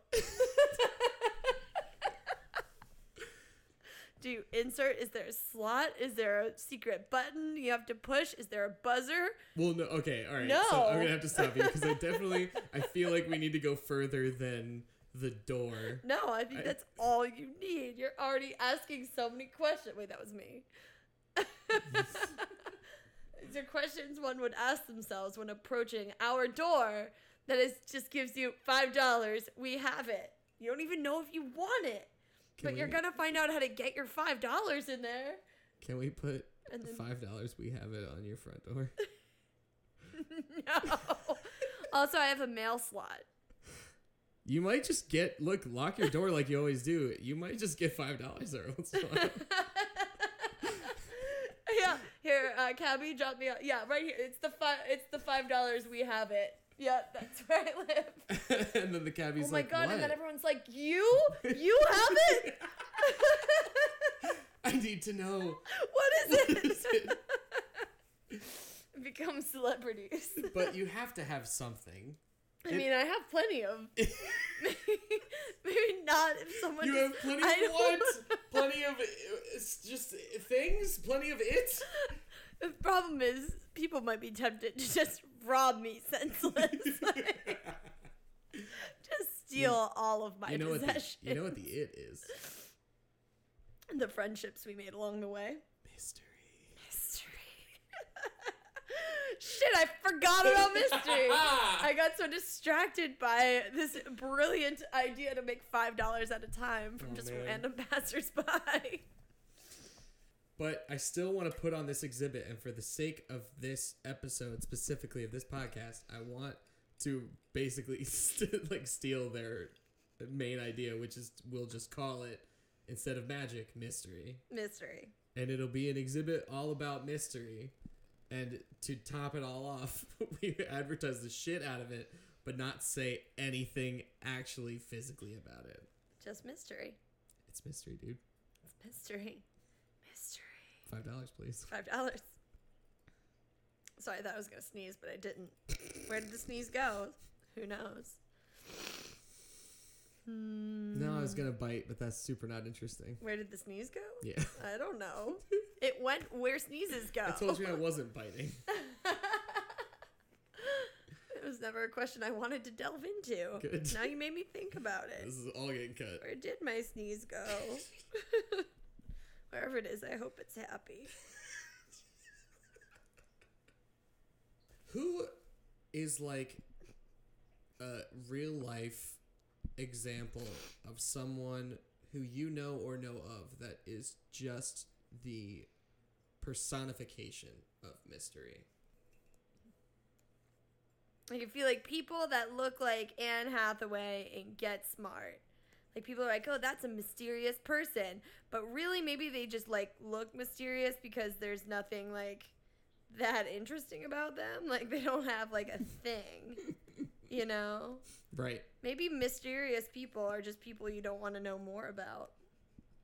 [SPEAKER 2] do you insert is there a slot is there a secret button you have to push is there a buzzer
[SPEAKER 1] Well no okay, all right. So I'm
[SPEAKER 2] No.
[SPEAKER 1] gonna have to stop you because I definitely I feel like we need to go further than the door.
[SPEAKER 2] no i think
[SPEAKER 1] I-
[SPEAKER 2] that's all you need you're already asking so many questions wait that was me These are questions one would ask themselves when approaching our door that is just gives you five dollars we have it you don't even know if you want it
[SPEAKER 1] Can
[SPEAKER 2] but you're
[SPEAKER 1] we-
[SPEAKER 2] gonna find out how to get your five dollars in there
[SPEAKER 1] Can we put
[SPEAKER 2] And then-
[SPEAKER 1] five dollars we have it on your front door?
[SPEAKER 2] no also i have a mail slot
[SPEAKER 1] You might just get look, lock your door like you always do. You might just get five dollars every once in a while.
[SPEAKER 2] yeah here uh cabby drop me out yeah right here it's the five it's the five dollars we have it yeah that's where i live
[SPEAKER 1] and then the cabbie's
[SPEAKER 2] oh my
[SPEAKER 1] like,
[SPEAKER 2] god
[SPEAKER 1] what?
[SPEAKER 2] and then everyone's like you you have it
[SPEAKER 1] I need to know.
[SPEAKER 2] what is
[SPEAKER 1] What is
[SPEAKER 2] it become celebrities
[SPEAKER 1] But you have to have something.
[SPEAKER 2] i
[SPEAKER 1] It-
[SPEAKER 2] mean i have plenty of maybe, maybe not if someone
[SPEAKER 1] you
[SPEAKER 2] is-
[SPEAKER 1] have plenty
[SPEAKER 2] I
[SPEAKER 1] of what?
[SPEAKER 2] don't-
[SPEAKER 1] Plenty of uh, it's just things? Plenty of it?
[SPEAKER 2] The problem is, people might be tempted to just rob me senseless. Like, just steal all of my
[SPEAKER 1] you, know what the,
[SPEAKER 2] possessions.
[SPEAKER 1] you know what the it is?
[SPEAKER 2] the friendships we made along the way.
[SPEAKER 1] Mystery.
[SPEAKER 2] History. Shit, I forgot about mystery. I got so distracted by this brilliant idea to make $5 at a time from
[SPEAKER 1] Oh,
[SPEAKER 2] just
[SPEAKER 1] man.
[SPEAKER 2] random passersby.
[SPEAKER 1] But I still want to put on this exhibit, and for the sake of this episode specifically of this podcast, I want to basically st- like steal their main idea, which is we'll just call it instead of magic mystery,
[SPEAKER 2] mystery.
[SPEAKER 1] and it'll be an exhibit all about mystery. And to top it all off, we advertise the shit out of it, but not say anything actually physically about it.
[SPEAKER 2] Just mystery.
[SPEAKER 1] It's mystery, dude.
[SPEAKER 2] It's mystery. Mystery.
[SPEAKER 1] Five dollars, please.
[SPEAKER 2] Five dollars. Sorry, I thought I was gonna sneeze, but I didn't. Where did the sneeze go? Who knows?
[SPEAKER 1] No, I was gonna bite, but that's super not interesting.
[SPEAKER 2] Where did the sneeze go?
[SPEAKER 1] Yeah.
[SPEAKER 2] I don't know. It went where sneezes go.
[SPEAKER 1] I told you I wasn't biting.
[SPEAKER 2] It was never a question I wanted to delve into.
[SPEAKER 1] Good.
[SPEAKER 2] Now you made me think about it.
[SPEAKER 1] This is all getting cut.
[SPEAKER 2] Where did my sneeze go? Wherever it is, I hope it's happy.
[SPEAKER 1] Who is like a real life example of someone who you know or know of that is just the personification of mystery?
[SPEAKER 2] Like I feel like people that look like Anne Hathaway and Get Smart. Like people are like, oh, that's a mysterious person, but really maybe they just like look mysterious because there's nothing like that interesting about them. Like they don't have like a thing, you know.
[SPEAKER 1] Right.
[SPEAKER 2] Maybe mysterious people are just people you don't want to know more about.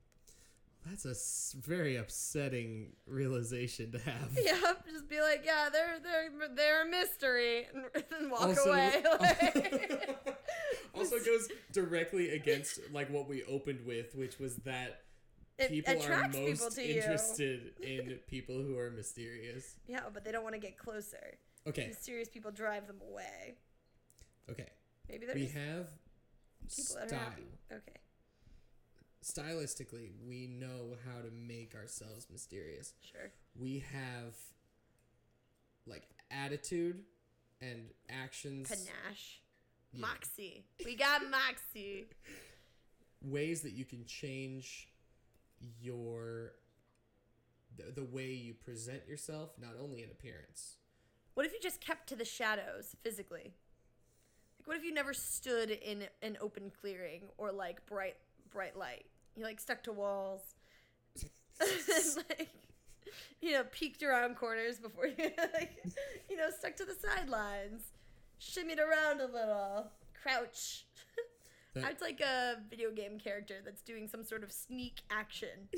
[SPEAKER 1] That's a s- very upsetting realization to have.
[SPEAKER 2] Yep, just be like, yeah, they're they're they're a mystery, and then walk away. Like,
[SPEAKER 1] also goes directly against like what we opened with, which was that
[SPEAKER 2] it
[SPEAKER 1] people are
[SPEAKER 2] attracts people
[SPEAKER 1] most
[SPEAKER 2] to you.
[SPEAKER 1] interested in people who are mysterious.
[SPEAKER 2] Yeah, but they don't want to get closer.
[SPEAKER 1] Okay,
[SPEAKER 2] Mysterious people drive them away.
[SPEAKER 1] okay.
[SPEAKER 2] Maybe they're
[SPEAKER 1] We
[SPEAKER 2] just
[SPEAKER 1] have
[SPEAKER 2] people
[SPEAKER 1] style.
[SPEAKER 2] that are happy. Okay.
[SPEAKER 1] Stylistically, we know how to make ourselves mysterious.
[SPEAKER 2] Sure.
[SPEAKER 1] We have like attitude and actions,
[SPEAKER 2] Panache.
[SPEAKER 1] Yeah.
[SPEAKER 2] Moxie. We got Moxie.
[SPEAKER 1] ways that you can change your the, the way you present yourself, not only in appearance.
[SPEAKER 2] What if you just kept to the shadows physically? Like what if you never stood in an open clearing or like bright bright light? You like stuck to walls. and, like you know, peeked around corners before you like you know, stuck to the sidelines. Shimmied around a little. Crouch.
[SPEAKER 1] That-
[SPEAKER 2] Act like a video game character that's doing some sort of sneak action.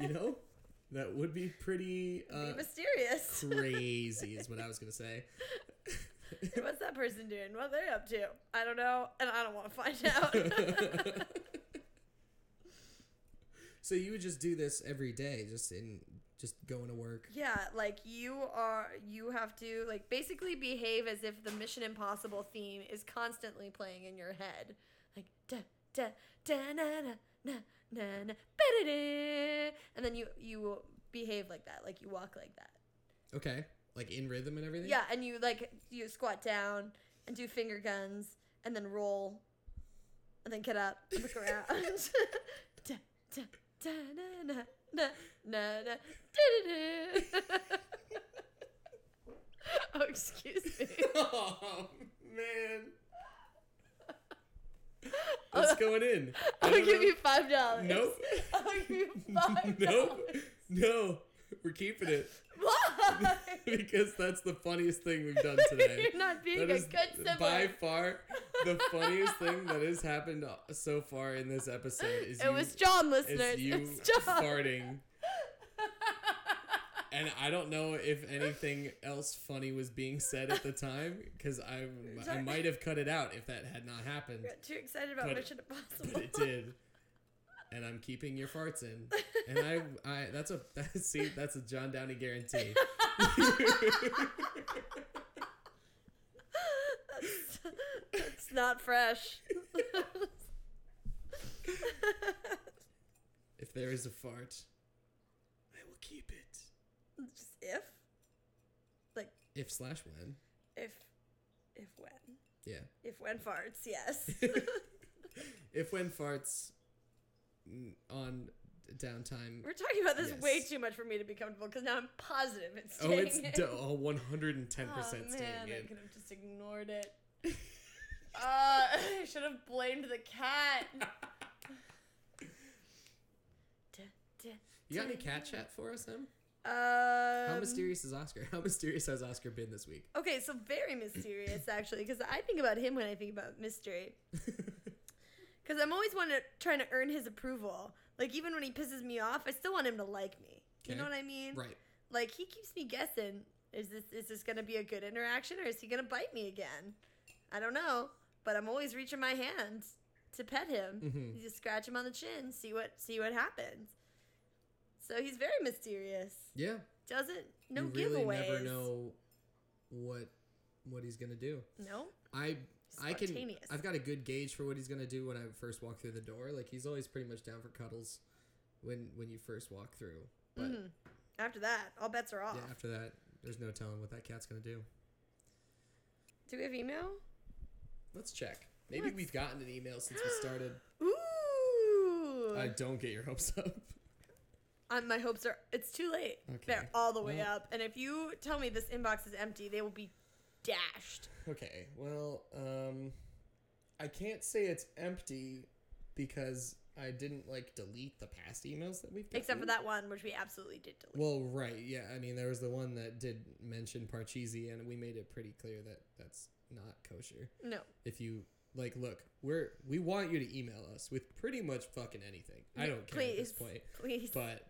[SPEAKER 1] you know, that would be pretty
[SPEAKER 2] Be
[SPEAKER 1] uh,
[SPEAKER 2] mysterious.
[SPEAKER 1] crazy, is what I was gonna say.
[SPEAKER 2] What's that person doing? What are they up to? I don't know, and I don't want to find out.
[SPEAKER 1] so you would just do this every day, just in just going to work.
[SPEAKER 2] yeah, like you are, you have to like basically behave as if the Mission Impossible theme is constantly playing in your head, like da da da na na na na na ba-da-da. and then you you behave like that, like you walk like that.
[SPEAKER 1] Okay, like in rhythm and everything.
[SPEAKER 2] Yeah, and you like you squat down and do finger guns and then roll and then get up, and look around. da, da, da, na, na, na, na, na, da, da, da. oh, excuse me.
[SPEAKER 1] Oh man. That's going in. I
[SPEAKER 2] I'll
[SPEAKER 1] don't
[SPEAKER 2] give
[SPEAKER 1] know-
[SPEAKER 2] you five dollars.
[SPEAKER 1] Nope.
[SPEAKER 2] I'll give you five dollars.
[SPEAKER 1] Nope. No. We're keeping it
[SPEAKER 2] Why?
[SPEAKER 1] because that's the funniest thing we've done today.
[SPEAKER 2] You're not being
[SPEAKER 1] That
[SPEAKER 2] a
[SPEAKER 1] is
[SPEAKER 2] good sibling.
[SPEAKER 1] by far the funniest thing that has happened so far in this episode is
[SPEAKER 2] it
[SPEAKER 1] you,
[SPEAKER 2] was John,
[SPEAKER 1] is
[SPEAKER 2] listeners.
[SPEAKER 1] you
[SPEAKER 2] it's John.
[SPEAKER 1] farting. And I don't know if anything else funny was being said at the time because I, I
[SPEAKER 2] Sorry.
[SPEAKER 1] might have cut it out if that had not happened,
[SPEAKER 2] Got too excited about
[SPEAKER 1] But-
[SPEAKER 2] Mission Impossible.
[SPEAKER 1] but it did. And I'm keeping your farts in. And I, I that's a that, see that's a John Downey guarantee.
[SPEAKER 2] It's not fresh.
[SPEAKER 1] If there is a fart, I will keep it.
[SPEAKER 2] Just if, like
[SPEAKER 1] If slash when.
[SPEAKER 2] If, if when,
[SPEAKER 1] Yeah.
[SPEAKER 2] if when farts, yes.
[SPEAKER 1] If when farts mm, on downtime.
[SPEAKER 2] We're talking about this way
[SPEAKER 1] Yes.
[SPEAKER 2] too much for me to be comfortable because now I'm positive it's.
[SPEAKER 1] Oh, it's
[SPEAKER 2] staying in.
[SPEAKER 1] d- oh, 110%
[SPEAKER 2] oh,
[SPEAKER 1] staying
[SPEAKER 2] man, I
[SPEAKER 1] in.
[SPEAKER 2] could have just ignored it. uh, I should have blamed the cat. Duh, duh.
[SPEAKER 1] You got any cat chat for us, Em? How
[SPEAKER 2] Um,
[SPEAKER 1] mysterious is Oscar? How mysterious has Oscar been this week?
[SPEAKER 2] okay, so very mysterious actually, because I think about him when I think about mystery. Because I'm always want to trying to earn his approval. Like even when he pisses me off, I still want him to like me. You know
[SPEAKER 1] Okay.
[SPEAKER 2] what I mean?
[SPEAKER 1] right.
[SPEAKER 2] Like he keeps me guessing. Is this is this gonna be a good interaction or is he gonna bite me again? I don't know, but I'm always reaching my hand to pet him.
[SPEAKER 1] Mhm.
[SPEAKER 2] You just scratch him on the chin, see what see what happens. So he's very mysterious.
[SPEAKER 1] Yeah.
[SPEAKER 2] Doesn't no
[SPEAKER 1] you really
[SPEAKER 2] giveaways.
[SPEAKER 1] never know what what he's gonna do.
[SPEAKER 2] No.
[SPEAKER 1] I I can
[SPEAKER 2] Spontaneous.
[SPEAKER 1] I've got a good gauge for what he's gonna do when I first walk through the door. Like he's always pretty much down for cuddles when when you first walk through. But
[SPEAKER 2] Mhm. After that, all bets are off.
[SPEAKER 1] yeah, after that, there's no telling what that cat's gonna do.
[SPEAKER 2] Do we have email?
[SPEAKER 1] Let's check. Maybe
[SPEAKER 2] Let's-
[SPEAKER 1] we've gotten an email since we started.
[SPEAKER 2] Ooh.
[SPEAKER 1] I don't get your hopes up.
[SPEAKER 2] Um, my hopes are it's too late.
[SPEAKER 1] Okay.
[SPEAKER 2] They're all the way
[SPEAKER 1] Well-
[SPEAKER 2] up. And if you tell me this inbox is empty, they will be dashed.
[SPEAKER 1] Okay, well, um, I can't say it's empty because I didn't like delete the past emails that we've.
[SPEAKER 2] Except for
[SPEAKER 1] gotten.
[SPEAKER 2] that one, which we absolutely did delete.
[SPEAKER 1] Well, right, yeah. I mean, there was the one that did mention Parcheesi, and we made it pretty clear that that's not kosher.
[SPEAKER 2] No.
[SPEAKER 1] If you like, look, we're we want you to email us with pretty much fucking anything. I
[SPEAKER 2] Yeah,
[SPEAKER 1] don't care at this
[SPEAKER 2] please.
[SPEAKER 1] point,
[SPEAKER 2] Please.
[SPEAKER 1] but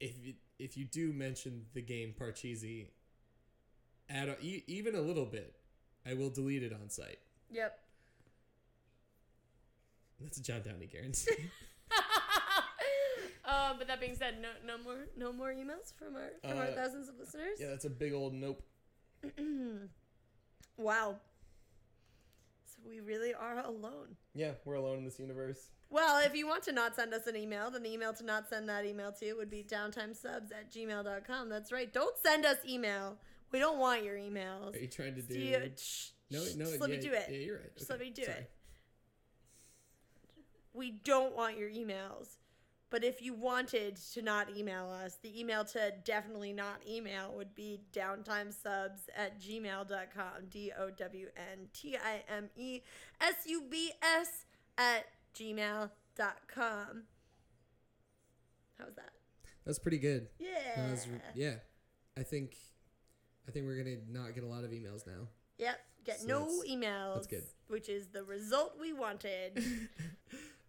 [SPEAKER 1] if you, if you do mention the game Parcheesi, at a, e- even a little bit, I will delete it on site.
[SPEAKER 2] Yep.
[SPEAKER 1] That's a John Downey guarantee.
[SPEAKER 2] uh, but that being said, no no more no more emails from our from our
[SPEAKER 1] Uh,
[SPEAKER 2] thousands of listeners.
[SPEAKER 1] yeah, that's a big old nope.
[SPEAKER 2] Wow. So we really are alone.
[SPEAKER 1] Yeah, we're alone in this universe.
[SPEAKER 2] Well, if you want to not send us an email, then the email to not send that email to would be downtimesubs at gmail.com. That's right. Don't send us email. We don't want your emails.
[SPEAKER 1] Are you trying to do?
[SPEAKER 2] Do you- shh,
[SPEAKER 1] No,
[SPEAKER 2] shh,
[SPEAKER 1] no,
[SPEAKER 2] just let
[SPEAKER 1] yeah,
[SPEAKER 2] me do it.
[SPEAKER 1] Yeah, you're right.
[SPEAKER 2] Just let
[SPEAKER 1] Okay,
[SPEAKER 2] me do
[SPEAKER 1] sorry.
[SPEAKER 2] it. We don't want your emails. But if you wanted to not email us, the email to definitely not email would be downtimesubs at gmail.com. D O W N T I M E S U B S at gmail.com. How was that?
[SPEAKER 1] That's pretty good. That
[SPEAKER 2] Yeah.
[SPEAKER 1] was- yeah, I think, I think we're gonna not get a lot of emails now.
[SPEAKER 2] Yep. Get
[SPEAKER 1] So
[SPEAKER 2] no
[SPEAKER 1] that's-
[SPEAKER 2] emails.
[SPEAKER 1] good.
[SPEAKER 2] Which is the result we wanted.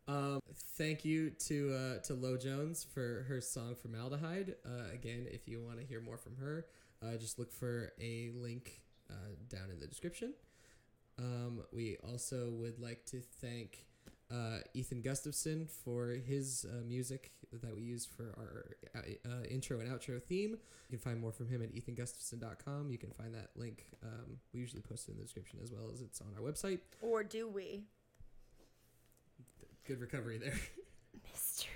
[SPEAKER 1] Um, thank you to uh, to Lo Jones for her song Formaldehyde. Uh, again, if you want to hear more from her, uh, just look for a link uh, down in the description. Um, we also would like to thank uh, Ethan Gustafson for his uh, music that we use for our uh, uh, intro and outro theme. You can find more from him at ethangustafson.com. You can find that link. Um, we usually post it in the description as well as it's on our website.
[SPEAKER 2] or do we?
[SPEAKER 1] Good recovery there.
[SPEAKER 2] Mystery.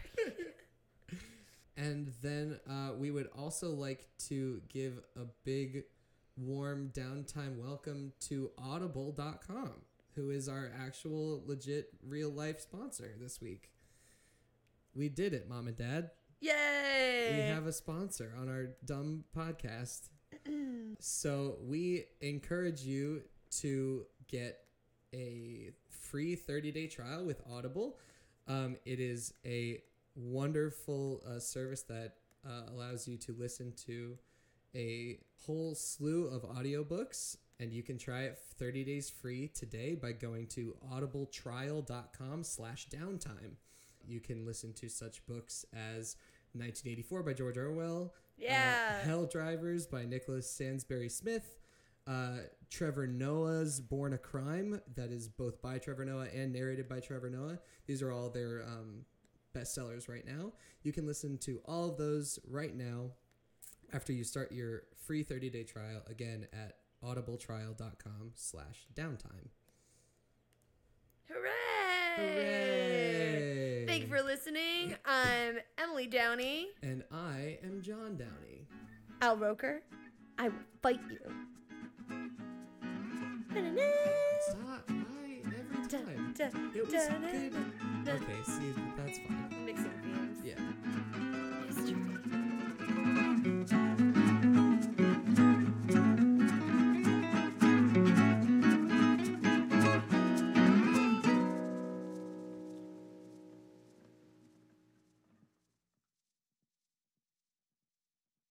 [SPEAKER 1] And then uh, we would also like to give a big, warm downtime welcome to Audible.com, who is our actual, legit, real life sponsor this week. We did it, Mom and Dad.
[SPEAKER 2] Yay!
[SPEAKER 1] We have a sponsor on our dumb podcast. so we encourage you to get a free 30 day trial with Audible. Um, it is a wonderful uh, service that uh, allows you to listen to a whole slew of audiobooks and you can try it 30 days free today by going to audibletrial.com slash downtime you can listen to such books as 1984 by George Orwell.
[SPEAKER 2] Yeah.
[SPEAKER 1] Uh, Hell Drivers by Nicholas Sansbury Smith. Uh, Trevor Noah's Born a Crime, that is both by Trevor Noah and narrated by Trevor Noah. These are all their um, bestsellers right now. You can listen to all of those right now after you start your free 30-day trial, again, at audibletrial.com slash downtime.
[SPEAKER 2] Hooray!
[SPEAKER 1] Hooray!
[SPEAKER 2] Thank you for listening. I'm Emily Downey.
[SPEAKER 1] And I am John Downey.
[SPEAKER 2] Al Roker, I will fight you.
[SPEAKER 1] Stop. I every time. It was good. Okay, see, that's fine.
[SPEAKER 2] Mixing.